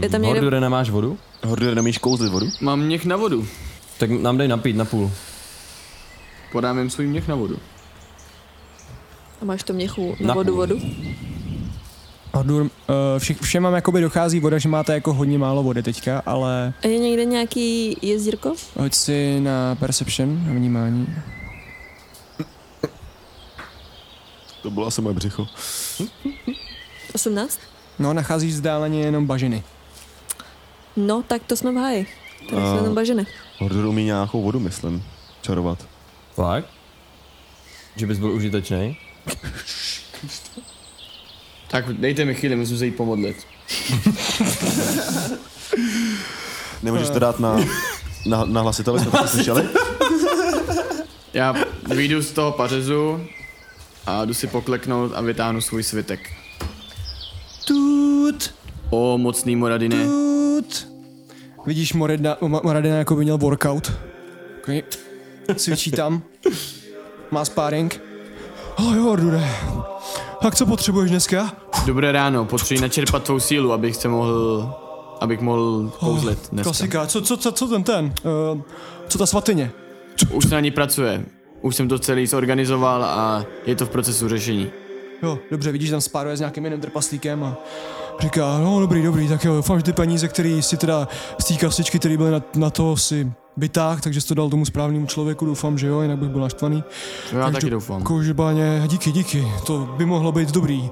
D: Je tam někde...
C: Hordure, nemáš vodu?
E: Hordure, nemíš kouzlit vodu?
G: Mám měch na vodu.
C: Tak nám dej napít na půl.
G: Podám jim svůj měch na vodu.
D: A máš to měchu
C: Na
D: na vodu
C: půl.
D: vodu?
B: Hordur, uh, vše, všem vám jakoby dochází voda, že máte jako hodně málo vody teďka, ale
D: A je někde nějaký jezírko?
B: hoď si na perception, na vnímání.
E: To bylo asi moje břicho.
D: 18?
B: No, nacházíš vzdáleně jenom bažiny.
D: No, tak to jsme v háji. Tady
E: A-
D: jsme jenom bažiny.
E: Hordure umí nějakou vodu, myslím. Čarovat.
C: Fakt? Že bys byl užitečný?
G: Tak dejte mi chvíli, musím se jít pomodlit.
E: Nemůžeš to dát na, na, na hlasitele, jsme to slyšeli?
G: Já vyjdu z toho pařezu a jdu si pokleknout a vytáhnu svůj svitek.
B: Tut,
G: O, mocný Moradine.
B: tut. Vidíš Moradina, Mo- Moradina jako by měl workout. Okay. Cvičí tam. Má sparring. Ale jo, Hordure. Tak co potřebuješ dneska? Oh,
G: Dobré ráno, potřebuji načerpat tvou sílu, abych se mohl, abych mohl kouzlit dneska.
B: Oh, Klasika, co, co, co, co ten ten? Uh, co ta svatyně?
G: Už se na ní pracuje. Už jsem to celý zorganizoval a je to v procesu řešení.
B: Jo, dobře, vidíš, tam spáruje s nějakým jiným trpaslíkem a říká, no dobrý, dobrý, tak jo, doufám, že ty peníze, které si teda z té kasičky, které byly na, na to, si vytáh, takže jsi to dal tomu správnému člověku, doufám, že jo, jinak bych byl naštvaný.
G: No já taky doufám.
B: Každopádně, díky, díky, to by mohlo být dobrý.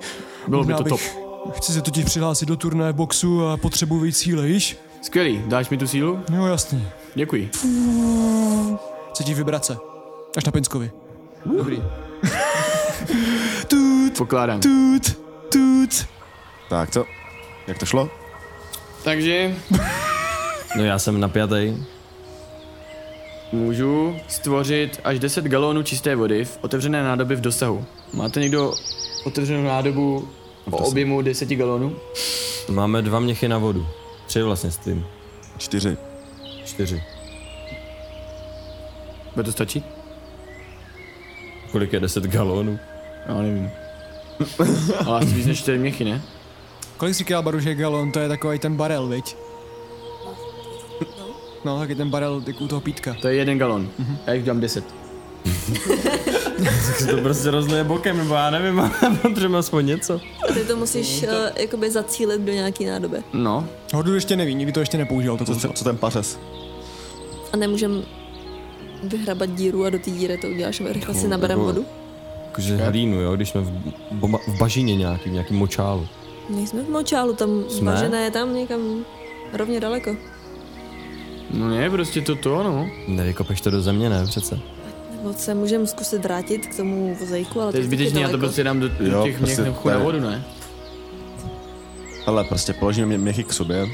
G: Bylo by
B: Možná
G: to top.
B: bych- Chci se totiž přihlásit do turnaje boxu a potřebuji víc síly, víš?
G: Skvělý, dáš mi tu sílu?
B: Jo, jasný.
G: Děkuji.
B: Cítíš vibrace. Až na Pinskovi.
G: Dobrý. Pokládám.
B: Tut, tut.
E: Tak co? Jak to šlo?
G: Takže
C: No já jsem napjatej.
G: můžu stvořit až 10 galonů čisté vody v otevřené nádoby v dosahu. Máte někdo otevřenou nádobu o objemu 10 galonů?
C: Máme dva měchy na vodu. Tři vlastně s tím.
E: Čtyři.
C: Čtyři.
G: Bude to stačit?
C: kolik je 10 galonů.
G: Já nevím. Ale asi víc než 4 měchy, ne?
B: Kolik si říkal baru, že galon, to je takový ten barel, viď? No, taky ten barel jak u toho pítka.
G: To je jeden galon. Já jich dám 10.
C: Tak se to prostě rozleje bokem, nebo já nevím, ale potřebujeme aspoň něco.
D: Ty to musíš eh, jakoby zacílit do nějaký nádoby.
G: No,
B: Hodu ještě neví, nikdy to ještě nepoužil. To
E: Co, co, co ten pařez?
D: A nemůžem vyhrabat díru a do té díry to uděláš, a rychle si naberem
C: jako-
D: vodu.
C: Jakože hlínu, jo, když jsme v, boma, v bažině nějaký, v nějakým močálu.
D: Nejsme v močálu, tam
C: Jsme?
D: zmažené je tam někam rovně daleko.
G: no ne, prostě to to, no.
C: Nevykopeš to do země, ne přece.
D: Nebo se můžeme zkusit vrátit k tomu vozejku, ale
G: To je
D: taky
G: zbytečný, já to
D: daleko.
G: prostě dám do, do
E: Jo,
G: těch
E: prostě
G: měch na
E: tady.
G: vodu, ne?
E: Ale prostě položíme mě, měchy k sobě.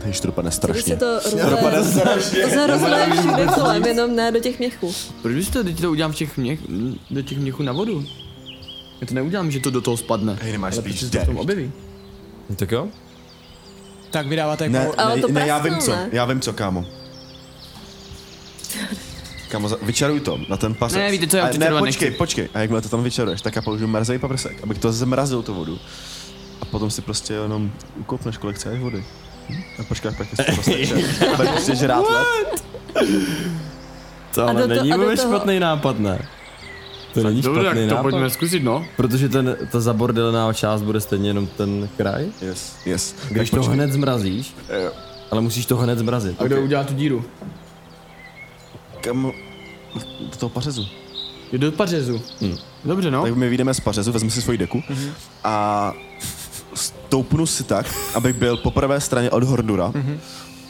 E: Tady štrupane
D: Kdyby se
E: strašně.
D: to rozhodlo, to se rozhodlo všude kolem, jenom ne do těch měchů.
G: Proč byste to, teď to udělám v těch měch, do těch měchů na vodu? Já to neudělám, že to do toho spadne.
E: Hej, nemáš
G: ale
E: spíš
G: protože se to v
E: den.
G: tom objeví.
C: No Tak jo?
B: Tak vydáváte jako...
E: Ne,
D: Ale
E: ne,
D: to
E: ne, já vím co,
D: prasklo, ne?
E: já vím co, kámo. Kámo, za- vyčaruj to na ten pasec.
G: Ne, víte co, já
E: A-
G: už
E: ne,
G: vyčarovat
E: počkej,
G: nechci.
E: počkej. A jakmile to tam vyčaruješ, tak já použiju mrzej paprsek, abych to zmrazil tu vodu. A potom si prostě jenom ukopneš, kolik chceš vody. Hm? A počkáš, pak jestli to rozteče. A pak prostě žrát let.
C: To
D: do
C: ale
D: to-
C: není
D: a do
C: vůbec
D: toho-
C: špatný nápad, ne? To není
G: Dobře, tak
C: špatný
G: to
C: nápad.
G: pojďme zkusit, no.
C: Protože ten, ta zabordelená část bude stejně jenom ten kraj.
E: Yes, yes.
C: Když
E: tak
C: to
E: počkej.
C: hned zmrazíš,
E: Jo.
C: ale musíš to hned zmrazit.
G: A kdo udělá tu díru?
E: Kam... Do toho pařezu.
G: Je do pařezu. Dobře, no.
E: Tak my vyjdeme z pařezu, vezmu si svoji deku a stoupnu si tak, abych byl po pravé straně od Hordura.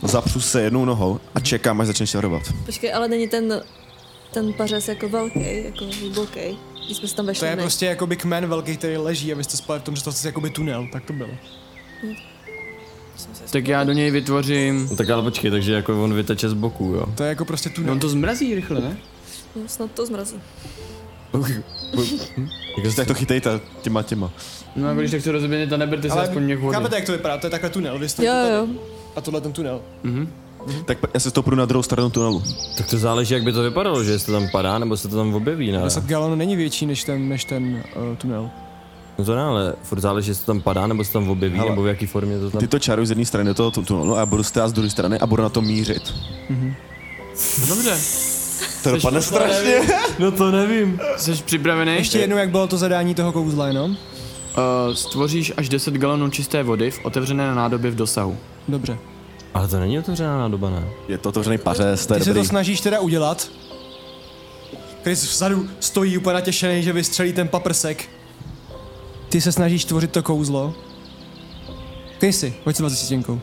E: Zapřu se jednou nohou a čekám, až začne šarovat.
D: Počkej, ale není ten, ten pařez jako velký, jako hluboký. Když jsme se tam vešli,
B: To je
G: jako
D: ne?
B: prostě jakoby kmen velký, který leží a vy jste spali v tom, že to je jakoby tunel, tak to bylo.
G: Tak já do něj vytvořím...
C: No Tak ale počkej, takže jako on vyteče z boku, jo.
B: To je jako prostě
G: No,
B: tunel.
G: On to zmrazí rychle, ne?
D: No, snad to zmrazí.
C: Jako
E: Tak to chytejte těma těma.
G: No a když tak to rozběhne, ta neberte si
B: Ale
G: aspoň něk vody.
B: chápete, jak to vypadá? To je takhle tunel, vy jste
D: Jo,
B: to tady.
D: jo.
B: A tohle ten tunel.
E: Tak pa- já se stoupnu na druhou stranu tunelu.
C: tak to záleží, jak by to vypadalo, že jestli tam padá, nebo se to tam objeví, ne?
B: 10 galonů není větší než ten, než ten uh, tunel.
C: No to ne, ale furt záleží, jestli to tam padá, nebo se tam objeví,
E: Hele,
C: nebo v jaký formě to tam...
E: Ty to čaruj z jedné strany do toho tu- tunelu a já budu stát z druhé strany a budu na to mířit.
G: Dobře.
E: To dopadne strašně.
C: No to nevím.
G: Jsi připravený?
B: Ještě jednou, jak bylo to zadání toho kouzla, jenom?
G: Uh, stvoříš až 10 galonů čisté vody v otevřené nádobě v dosahu.
B: Dobře.
C: Ale to není otevřená nádoba, ne?
E: Je to otevřený pařez, to je
B: Ty se
E: dobrý.
B: to snažíš teda udělat. Chris vzadu stojí úplně natěšený, že vystřelí ten paprsek. Ty se snažíš tvořit to kouzlo. Chrisy, pojď se vás s stěnkou.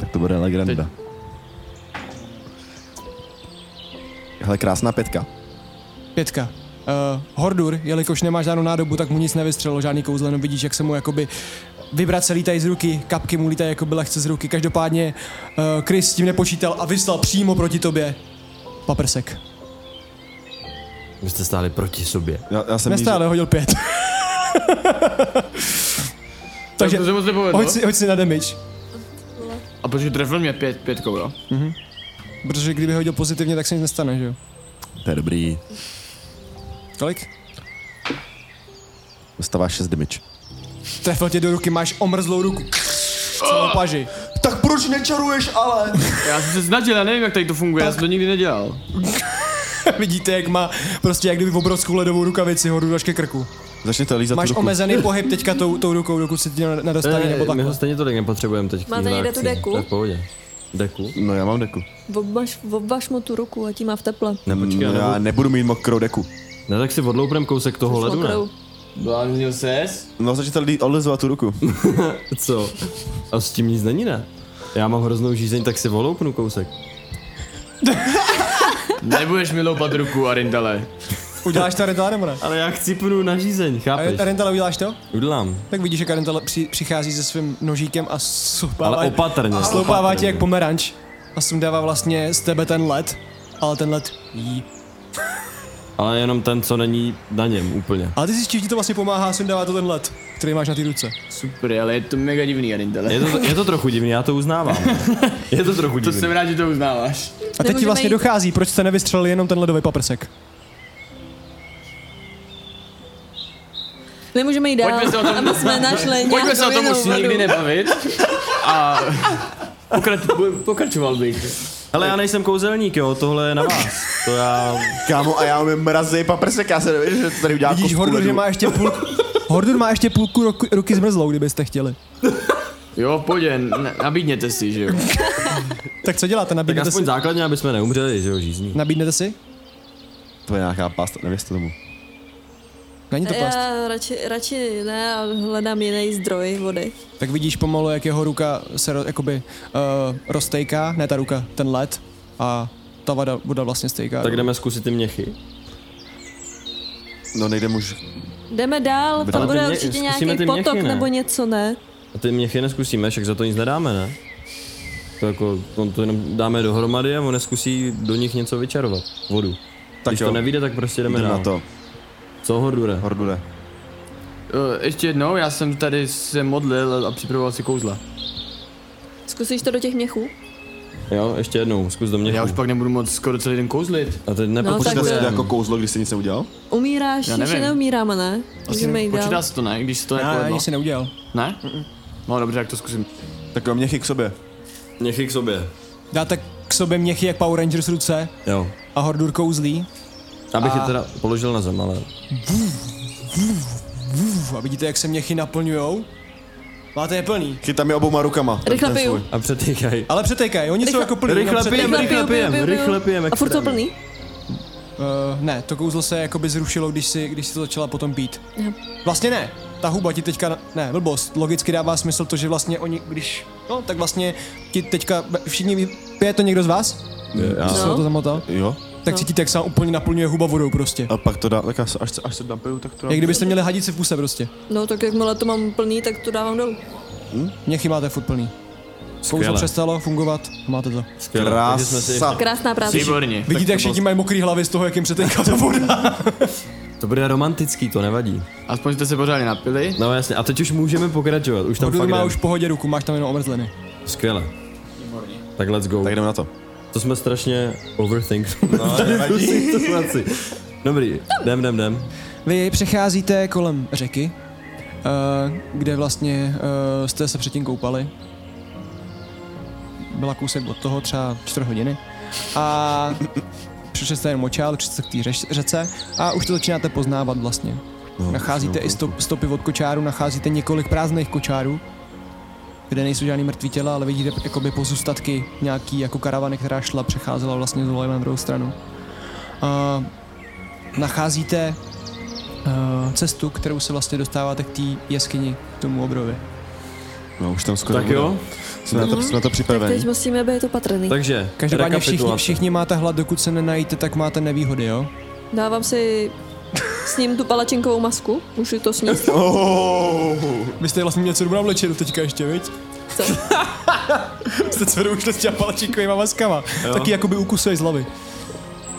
E: Tak to bude legenda. Hele, krásná pětka.
B: Pětka. Uh, Hordur, jelikož nemá žádnou nádobu, tak mu nic nevystřelilo, žádný kouzlo, jenom vidíš, jak se mu jakoby vibrace lítají z ruky, kapky mu lítají jakoby lehce z ruky. Každopádně uh, Chris s tím nepočítal a vyslal přímo proti tobě paprsek.
C: Vy jste stáli proti sobě.
E: Já, já jsem
B: Nestále hodil pět. Takže
G: to se moc nepovedlo.
E: no.
B: hoď si, hoď si na damage,
G: A protože trefil mě pět, pětkou, jo?
B: protože kdyby hodil pozitivně, tak se nic nestane, že jo?
E: To je dobrý.
B: Kolik?
E: Dostáváš 6 damage.
B: Trefil tě do ruky, máš omrzlou ruku. Celou paži.
E: Ah. Tak proč nečaruješ ale?
G: Já jsem se snažil, já nevím, jak tady to funguje, já jsem to nikdy nedělal.
B: Vidíte, jak má prostě jak kdyby obrovskou ledovou rukavici horu až ke krku.
E: Začne to lízat
B: Máš
E: tu ruku.
B: omezený pohyb teďka tou, tou rukou, dokud se ti ne- nedostaví nebo
C: Ne, my ho
B: tak.
C: stejně tolik nepotřebujeme teď. k
D: Máte
C: téhle
D: někde tu
C: akci.
D: deku?
C: To je v pohodě. Deku?
E: No já mám deku.
D: Obvaž, obvaž mu tu ruku, a tím má v teple.
C: Ne, počkej,
E: no, já
C: nebo...
E: nebudu mít mokrou deku.
C: ne, tak si odlouprem kousek toho
D: S
C: ledu, ne?
D: mokrou.
G: Bláznil ses?
E: No začne to lí- odlizovat tu ruku.
C: Co? A s tím nic není, ne? Já mám hroznou žízeň, tak si voloupnu kousek.
G: Nebudeš mi loupat ruku, Arindale.
B: Uděláš to Rentala nebo ne?
C: Ale já chci půjdu na žízeň,
B: A
C: chápeš?
B: Rentala uděláš to?
C: Udlám.
B: Tak vidíš, jak Rentala při, přichází se svým nožíkem a sopává,
C: Ale opatrně.
B: sloupává tě
C: opatrně.
B: jak pomeranč a sundává vlastně z tebe ten led, ale ten led jí.
C: Ale jenom ten, co není na něm úplně.
B: Ale ty si ti to vlastně pomáhá, sem dává to ten led, který máš na ty ruce.
G: Super, ale je to mega divný, Arindele.
C: Je to, je to trochu divný, já to uznávám. Je to trochu
G: To
C: divný.
G: jsem rád, že to uznáváš.
B: A teď ti
D: Nemůžeme
B: vlastně
D: jít.
B: dochází, proč jste nevystřelili jenom ten ledový paprsek.
D: Nemůžeme jít dál.
G: Pojďme se o tom-
D: A my jsme našli
G: Pojďme
D: nějakou
G: se o tom
D: jinou
G: už nikdy
D: vodu.
G: nebavit. A pokrač, pokračoval bych.
C: Ale já nejsem kouzelník, jo, tohle je na vás. To já...
E: Kámo, a já mám mrazej paprsek, já se nevím, že to tady udělá
B: Vidíš,
E: kostku
B: Hordur,
E: ledu.
B: že má ještě půl... Hordur má ještě půlku roku, ruky zmrzlou, kdybyste chtěli.
G: Jo, pojď, n- nabídněte si, že jo.
B: Tak co děláte?
C: Tak
B: Nabídnete si?
C: aspoň základně, aby jsme neumřeli, že jo, žízní.
B: Nabídnete si?
E: To je nějaká pasta, nevěřte tomu.
B: Není to plast.
D: Já radši, radši ne a hledám jiný zdroj vody.
B: Tak vidíš pomalu, jak jeho ruka se ro, jakoby uh, roztejká, ne ta ruka, ten led a ta voda, voda vlastně stejká.
C: Tak jdeme zkusit ty měchy.
E: No nejde už.
D: Jdeme dál,
E: Ale
D: tam bude
C: ty mě-
D: určitě
C: zkusíme
D: nějaký
C: ty měchy,
D: potok
C: ne?
D: nebo něco, ne?
C: A ty měchy neskusíme, však za to nic nedáme, ne? To jako, on to jenom dáme dohromady a on neskusí do nich něco vyčarovat. Vodu. Tak
E: Tak
C: Když
E: jo,
C: to nevíde, tak prostě jdeme
E: jdem
C: dál.
E: na to.
C: Co Hordure?
E: Hordule.
B: No,
G: Eh, Ještě jednou, já jsem tady se modlil a připravoval si kouzla.
D: Zkusíš to do těch měchů?
C: Jo, ještě jednou, zkus do mě.
G: Já už pak nebudu moc skoro celý den kouzlit.
C: A teď
E: Počítá se to
C: nepotřebujeme.
E: jako kouzlo, když se nic neudělal?
D: Umíráš,
G: Já
D: ještě
G: nevím.
D: neumíráme, ne? Můžeme jít
G: Počítá
D: dál.
G: se to, ne? Když se to
C: jako
B: Já
G: nepovedlo.
B: nic si neudělal.
G: Ne? No dobře, tak to zkusím.
E: Tak jo, měchy k sobě.
C: Měchy k sobě.
B: Dáte k sobě měchy jak Power Rangers ruce
C: Jo.
B: a Hordur kouzlí
C: Abych je teda položil na zem, ale
B: Uf, a vidíte, jak se měchy naplňujou. Máte je plný.
E: Chytám je obouma rukama.
D: Rychle
E: Ten
D: piju.
E: svůj.
C: a přetýkaj.
B: Ale přetékají, oni jsou
D: Rychle-
B: jako plný.
C: rychle
B: jenom přetékají.
C: pijeme, rychle pijeme, rychle pijeme,
D: A furt to
C: extrémně.
D: plný?
B: Uh, ne, to kouzlo se jakoby zrušilo, když si, když si to začala potom pít.
D: Jo.
B: Vlastně ne, ta huba ti teďka, ne, blbost, logicky dává smysl to, že vlastně oni, když, no, tak vlastně ti teďka, všichni, ví- pije to někdo z vás?
E: Já.
B: Co
D: No.
B: to zamotal?
E: Jo.
B: Tak
D: No.
B: cítíte, jak se vám úplně naplňuje huba vodou prostě.
C: No.
E: A pak to dá, tak až, až, se- až se napiju, tak to dám.
B: Jak kdybyste měli hadici v puse prostě.
D: No tak jakmile to mám plný, tak to dávám dolů.
B: Měchy máte furt plný. Kouzlo
C: Skvěle.
B: přestalo fungovat a máte to.
C: Skvěle. Takže jsme si-
E: Krása.
D: Krásná práce.
G: Výborně.
B: Vidíte, jak všichni mají mokrý hlavy z toho, jak jim přetéká ta voda.
C: To bude romantický, to nevadí.
G: Aspoň jste se pořádně napili.
C: No jasně, a teď už můžeme pokračovat, už tam
B: Hodor
C: fakt
B: má
C: jdem.
B: už v pohodě ruku, máš tam jenom omrzliny.
C: Skvěle. Tak let's go.
E: Tak jdeme na to.
C: To jsme strašně overthink. No, situaci. Dobrý, jdem, jdem, jdem.
B: Vy přecházíte kolem řeky, eh, kde vlastně eh, jste se předtím koupali. Byla kousek od toho třeba čtvrt hodiny. A přišli jste jen močál, přišli jste k té řeš- řece a už to začínáte poznávat vlastně. nacházíte i stop, stopy od kočáru, nacházíte několik prázdných kočárů, kde nejsou žádný mrtvý těla, ale vidíte jakoby pozůstatky nějaký jako karavany, která šla, přecházela vlastně z na druhou stranu. A nacházíte eh, cestu, kterou se vlastně dostáváte k té jeskyni, k tomu obrovi.
E: No už tam skoro.
C: Tak jo,
E: Jsme na to, jsme na to
D: Teď
E: připraveni.
D: musíme být opatrný.
C: takže
B: Každopádně všichni,
C: rekapitulace.
B: všichni máte hlad, dokud se nenajíte, tak máte nevýhody, jo?
D: Dávám si s ním tu palačinkovou masku. Můžu to sníst?
E: Oh,
B: Vy jste vlastně měli dobrou vlečeru teďka ještě, viď?
D: Co?
B: Jste dceru ušli s těma palačinkovýma maskama. Taky jakoby ukusuje z hlavy.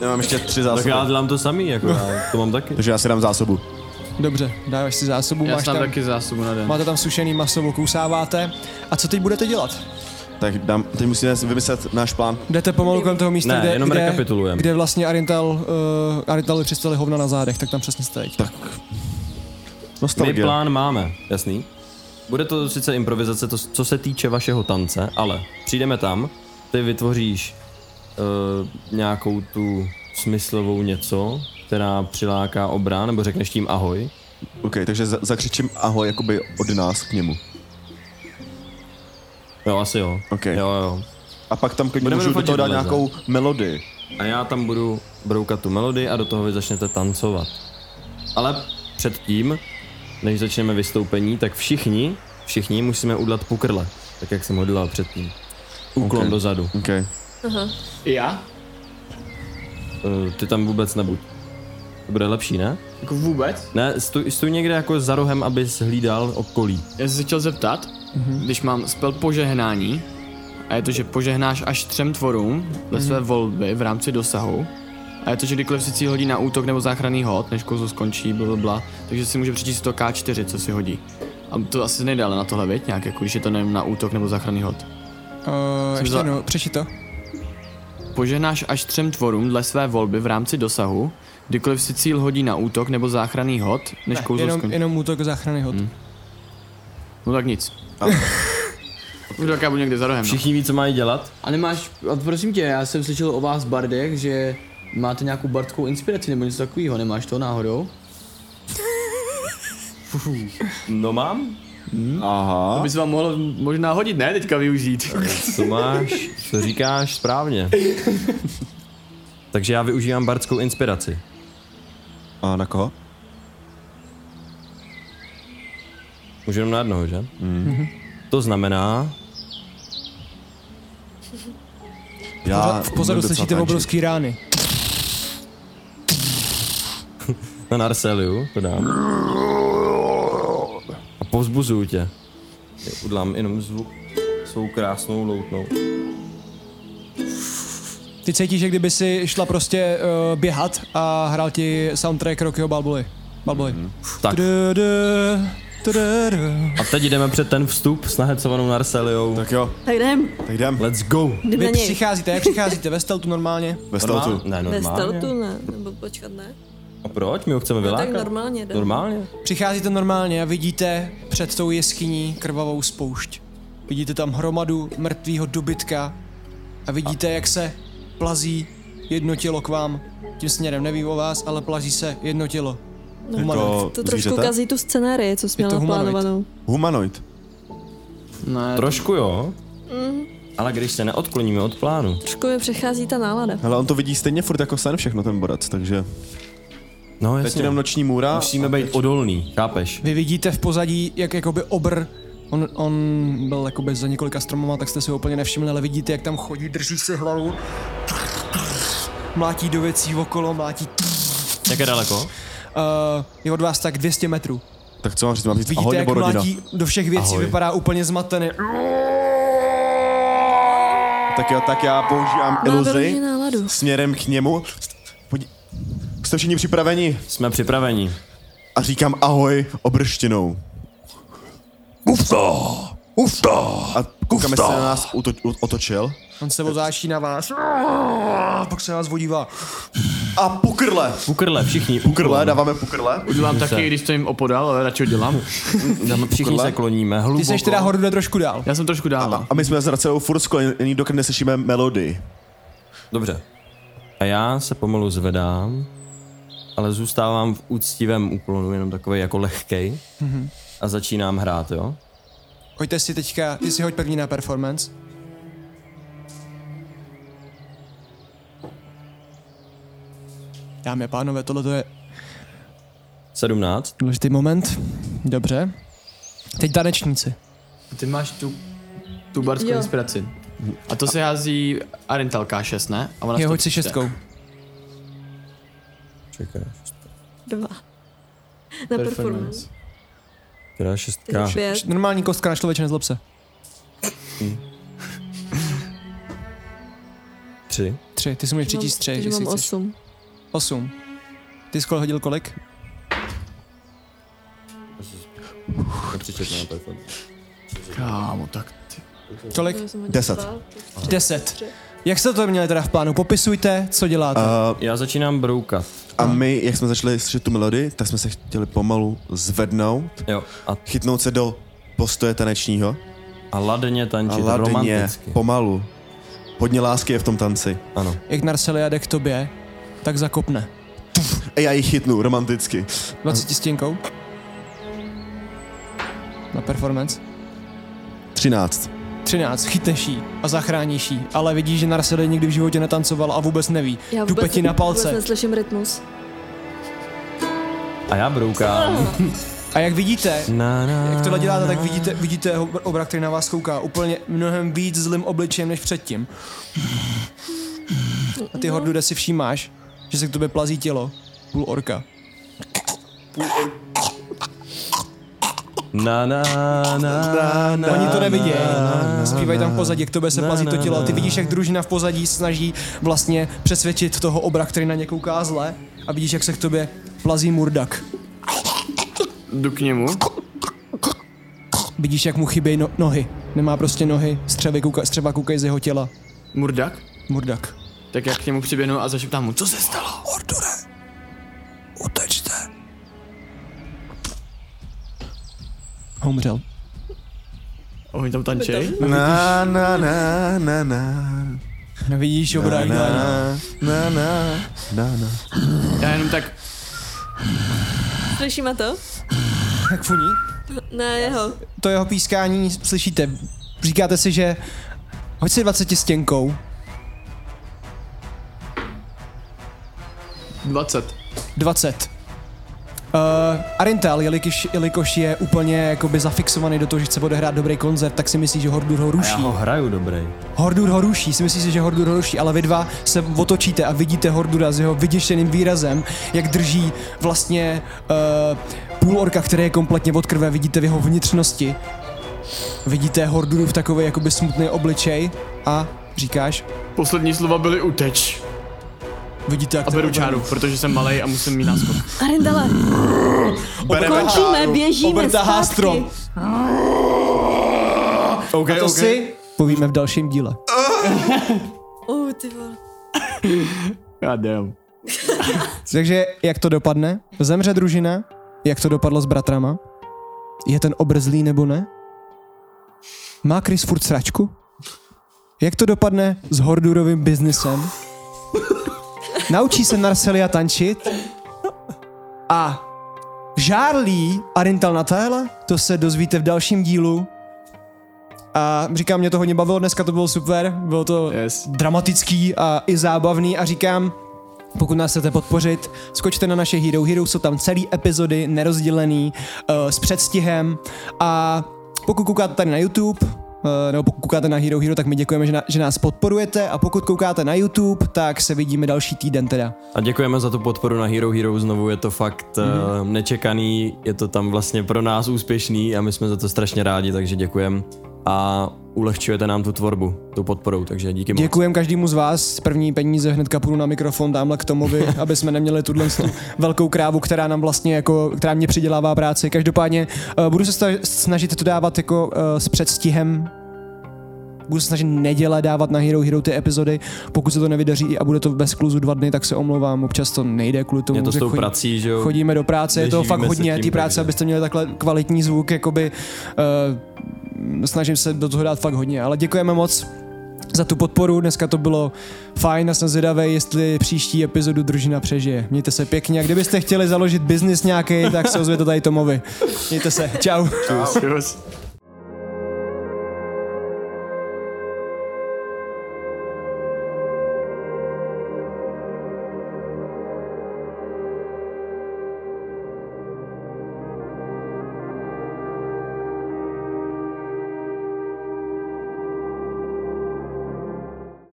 E: já mám ještě tři
C: Tak já
E: zásoby.
C: dělám to samý, jako já to mám taky.
E: Takže já si dám zásobu.
B: Dobře, dáváš si zásobu,
G: Já
B: máš
G: jsem
B: tam,
G: taky zásobu na den.
B: máte tam sušený maso, okousáváte. A co teď budete dělat?
E: Tak dám, teď musíme vymyslet náš plán.
B: Jdete pomalu kolem toho místa,
C: Ne,
B: kde,
C: jenom
B: kde,
C: rekapitulujeme.
B: kde vlastně Arintal, uh, Arintal přistali hovna na zádech, tak tam přesně jste teď.
E: Tak.
C: My
E: Nostalgie.
C: plán máme, jasný. Bude to sice improvizace, to, co se týče vašeho tance, ale přijdeme tam, ty vytvoříš uh, nějakou tu smyslovou něco, která přiláká obrán, nebo řekneš tím ahoj.
E: OK, takže za- zakřičím ahoj jakoby od nás k němu.
C: Jo, asi jo.
E: OK.
C: Jo, jo.
E: A pak tam klidně
C: Budeme
E: můžu do
C: doufat,
E: toho
C: že
E: dát
C: vyleze.
E: nějakou melodii.
C: A já tam budu broukat tu melodii a do toho vy začnete tancovat. Ale předtím, než začneme vystoupení, tak všichni, všichni musíme udlat pukrle, tak jak jsem ho dělal předtím. Úklon
E: Ok.
C: dozadu.
E: OK.
G: I já?
C: Eh, ty tam vůbec nebuď. To bude lepší, ne?
G: Jako vůbec?
C: Ne, stůj, stůj někde jako za rohem, abys hlídal okolí.
G: Já jsem se chtěl zeptat, když mám spel požehnání, Mhm. a je to, že požehnáš až třem tvorům ve své volby v rámci dosahu, A je to, že kdykoliv si cíl hodí na útok nebo záchranný hod, než kouzlo skončí, bla, bla, bla, takže si může přečíst to K4, co si hodí. A to asi nejde ale na tohle, věď nějak, jako když je to nevím, na útok nebo záchranný hod.
B: Uh, ještě
G: za-
B: jednou, přečti to.
G: Požehnáš až třem tvorům dle své volby v rámci dosahu, kdykoliv si cíl hodí na útok nebo záchranný hod, než
B: Ne,
G: kouzlo
B: jenom,
G: skončí.
B: jenom útok záchrany hod.
G: No tak nic. Už tak já budu někde za rohem. No.
C: Všichni ví, co mají dělat.
J: A nemáš, a prosím tě, já jsem slyšel o vás bardech, že máte nějakou bardskou inspiraci nebo něco takového, nemáš to náhodou?
C: No mám?
G: To
E: Aha.
G: by se vám mohlo možná hodit, ne? Teďka využít.
C: Co máš? Co říkáš správně? Takže já využívám bardskou inspiraci.
E: A na koho?
C: Můžu jenom na jednoho, že? Mm. To znamená,
E: Já
B: V pozadu
E: umím docela
B: slyšíte
E: tančit.
B: obrovský rány.
C: na Narseliu to dám. A povzbuzuju tě. Já Udlám jenom zvuk svou krásnou loutnou.
B: Ty cítíš, že kdyby si šla prostě uh, běhat a hrál ti soundtrack Rockyho Balboy. Balboy.
E: Mhm.
B: Mm.
C: Tak a teď jdeme před ten vstup s nahecovanou Narseliou.
E: Tak jo,
D: Tak jdem,
E: tak jdem.
C: Let's go!
D: jdem na
B: Vy
D: něj.
B: přicházíte, jak přicházíte? Ve steltu normálně?
E: Ve steltu.
C: Ne,
D: Ve
C: normálně.
D: startu ne, nebo počkat ne.
C: A proč? My ho chceme
D: No, tak
C: vylákat?
D: normálně jdem.
C: Normálně?
B: Přicházíte normálně a vidíte před tou jeskyní krvavou spoušť. Vidíte tam hromadu mrtvého dobytka a vidíte, jak se plazí jedno tělo k vám. Tím směrem neví o vás, ale plazí se jedno tělo. Humanoid.
E: Jako
D: To trošku
E: zvířete?
D: kazí tu scenérii, co jsi
B: Je to
D: měla
B: humanoid.
D: plánovanou.
E: Humanoid.
G: Ne,
C: Trošku jo.
D: Mhm.
C: Ale když se neodkloníme od plánu,
D: Trošku mi přechází ta nálada.
E: Hele, on to vidí stejně furt jako sen všechno ten borac, takže...
C: no
E: Teď
C: jasně,
E: jenom noční můra.
C: musíme být odolný, chápeš?
B: Vy vidíte v pozadí, jak jakoby obr, on, on byl jakoby za několika stromama, tak jste si ho úplně nevšimli, ale vidíte, jak tam chodí, drží si hlavu, mlátí do věcí okolo, mlátí.
C: Jak je daleko?
B: Uh, je od vás tak 200 metrů.
E: Tak co mám říct, mám říct
B: Vidíte,
E: ahoj
B: jak
E: nebo rodina?
B: mlátí do všech věcí,
C: Ahoj.
B: vypadá úplně zmatený.
E: Tak jo, tak já používám
D: Má
E: iluzi
D: vyrovnaný náladu.
E: směrem k němu. Podí- Jste všichni připraveni?
C: Jsme připraveni.
E: A říkám ahoj obrštinou.
F: Ufta! Ufta!
E: A koukáme se na nás uto- u- otočil.
B: On se otáčí na vás, a pak se na vás vodívá.
E: A pukrle!
C: Pukrle, všichni.
E: Pukrle, dáváme pukrle.
G: udělám taky, když to jim opodal, ale radši ho dělám.
C: Dáme všichni
E: Pukrle.
C: se kloníme hluboko.
B: Ty jsi teda hordu trošku dál.
G: Já jsem trošku dál. no.
E: A my jsme s Racelou furt sklenění, dokud neslyšíme melodii.
C: Dobře. A já se pomalu zvedám, ale zůstávám v úctivém úklonu, jenom takový jako lehkej. A začínám hrát, jo?
B: Hoďte si teďka, ty si hoď první na performance. Dámy a pánové, tohle je
C: 17.
B: důležitý moment. Dobře. Teď tanečníci.
G: Ty máš tu, tu bardskou
D: Jo.
G: inspiraci. A to se hází Arental K6, ne? A ona
B: Je,
G: to
B: hoď si
G: přečte.
B: šestkou.
C: Čekaj.
D: Dva. Na performance.
C: Která šestka.
D: Pět.
B: Normální kostka na člověče, nezlob se.
C: Tři.
B: Tři, ty si můžeš přitíst tři,
D: Takže
B: jestli
D: mám
B: chceš.
D: osm.
B: Osm. Ty jsi kol hodil kolik?
G: Kámo, tak ty.
B: Kolik?
D: Já jsem hodila
E: Deset.
D: dva.
B: Deset. Jak jste to měli teda v plánu? Popisujte, co děláte.
G: Eh.
C: Já začínám broukat.
E: A my, jak jsme začali slyšet tu melodii, tak jsme se chtěli pomalu zvednout,
C: Jo. A,
E: chytnout se do postoje tanečního
C: a ladně
E: a
C: tančit
E: ladně,
C: romanticky.
E: pomalu. Hodně lásky je v tom tanci.
C: Ano.
B: Jak Narcelia jde k tobě, tak zakopne.
E: A já ji chytnu romanticky.
B: 20 stěnkou. Na performance.
E: 13.
B: 13. Chytneš jí a zachráníš jí, ale vidíš, že Narcely nikdy v životě netancovala a vůbec neví.
D: Já
B: Dupe
D: vůbec,
B: ti na
D: vůbec
B: palce.
D: neslyším rytmus.
C: A já broukám.
B: A jak vidíte,
C: Na, na,
B: jak tohle děláte, tak vidíte, vidíte obr- obra, který na vás kouká úplně mnohem víc zlým obličejem než předtím. A ty hordude si všímáš, že se k tobě plazí tělo. Půl orka.
C: Na, na, na, na, na,
B: Oni to nevidějí. No, Zpívají tam v pozadí, k tobě se plazí to tělo. a Ty vidíš, jak družina v pozadí snaží vlastně přesvědčit toho obra, který na ně kouká zle. A vidíš, jak se k tobě plazí murdak.
G: Jdu k němu.
B: Vidíš, jak mu chybějí no- nohy. Nemá prostě nohy, střevy kuka- střeva koukají z jeho těla.
G: Murdak?
B: Murdak.
G: Tak já k němu přiběhnu a zašeptám mu, co se stalo?
F: Utečte.
B: A umřel.
G: A Oni tam tančej?
E: Na, na, na, na, na.
B: No vidíš,
E: Na,
B: obrá, jak
E: na,
B: dělají.
E: na, na, na, na.
G: Já jenom tak,
D: Slyšíme to?
B: Jak funí?
D: Ne, jeho.
B: To jeho pískání slyšíte. Říkáte si, že hoď si 20 stěnkou.
G: 20.
B: 20. Uh, Arintel, jelikož, jelikož je úplně jakoby zafixovaný do toho, že chce odehrát dobrý koncert, tak si myslí, že Hordur ho
C: Já
B: ruší.
C: ho hraju dobrý.
B: Hordur ho ruší, si myslíte, že Hordur ho ruší, ale vy dva se otočíte a vidíte Hordura s jeho vyděšeným výrazem, jak drží vlastně uh, půl orka, který je kompletně od krve, vidíte v jeho vnitřnosti. Vidíte Horduru v takový jakoby smutný obličej a říkáš,
G: poslední slova byly uteč.
B: vidíte, jak
G: A
B: ten
G: beru
B: obr-
G: čáru, protože jsem malej a musím mít náskok.
D: Arendale, končíme, běžíme
B: obrtahá
D: zpátky.
B: strom.
G: Okay,
E: Então,
B: To si povíme v dalším díle.
D: Oh, ty vole.
G: God damn.
B: Takže jak to dopadne? Zemře družina? Jak to dopadlo s bratrama? Je ten obrzlý nebo ne? Má Chris furt sračku? Jak to dopadne s Hordurovým biznesem? Naučí se Narselia tančit? A žárlí Arintal na téhle? To se dozvíte v dalším dílu. A říkám, mě to hodně bavilo, dneska to bylo super, bylo to yes. dramatický a i zábavný a říkám, pokud nás chcete podpořit, skočte na naše Hero Hero, jsou tam celý epizody nerozdělený uh, s předstihem a pokud koukáte tady na YouTube, eh, nebo pokud koukáte na Hero Hero, tak my děkujeme, že, na, že nás podporujete a pokud koukáte na YouTube, tak se vidíme další týden teda.
C: A děkujeme za tu podporu na Hero Hero znovu, je to fakt mm-hmm. uh, nečekaný, je to tam vlastně pro nás úspěšný a my jsme za to strašně rádi, takže děkujeme. A ulehčujete nám tu tvorbu, tu podporou, takže díky moc.
B: Děkujeme každému z vás, první peníze hnedka půjdu na mikrofon tamhle k Tomovi, aby jsme neměli tuhle tu velkou krávu, která nám vlastně jako, která mě přidělává práci. Každopádně uh, budu se sta- snažit to dávat jako uh, s předstihem budu se snažit neděle dávat na Hero Hero ty epizody. Pokud se to nevydaří a bude to bez kluzu dva dny, tak se omlouvám. Občas to nejde kvůli tomu,
C: Mě to s
B: že
C: tou
B: chodí-
C: prací, že jo?
B: chodíme do práce, je to
C: Neživíme
B: fakt
C: se
B: hodně
C: tím,
B: té práce,
C: takže-
B: abyste měli takhle kvalitní zvuk, jakoby uh, snažím se do toho dát fakt hodně, ale děkujeme moc za tu podporu, dneska to bylo fajn a jsem zvědavý, jestli příští epizodu Družina přežije. Mějte se pěkně a kdybyste chtěli založit biznis nějaký, tak se ozvěte tady Tomovi. Mějte se, čau.
G: Čus. Čus.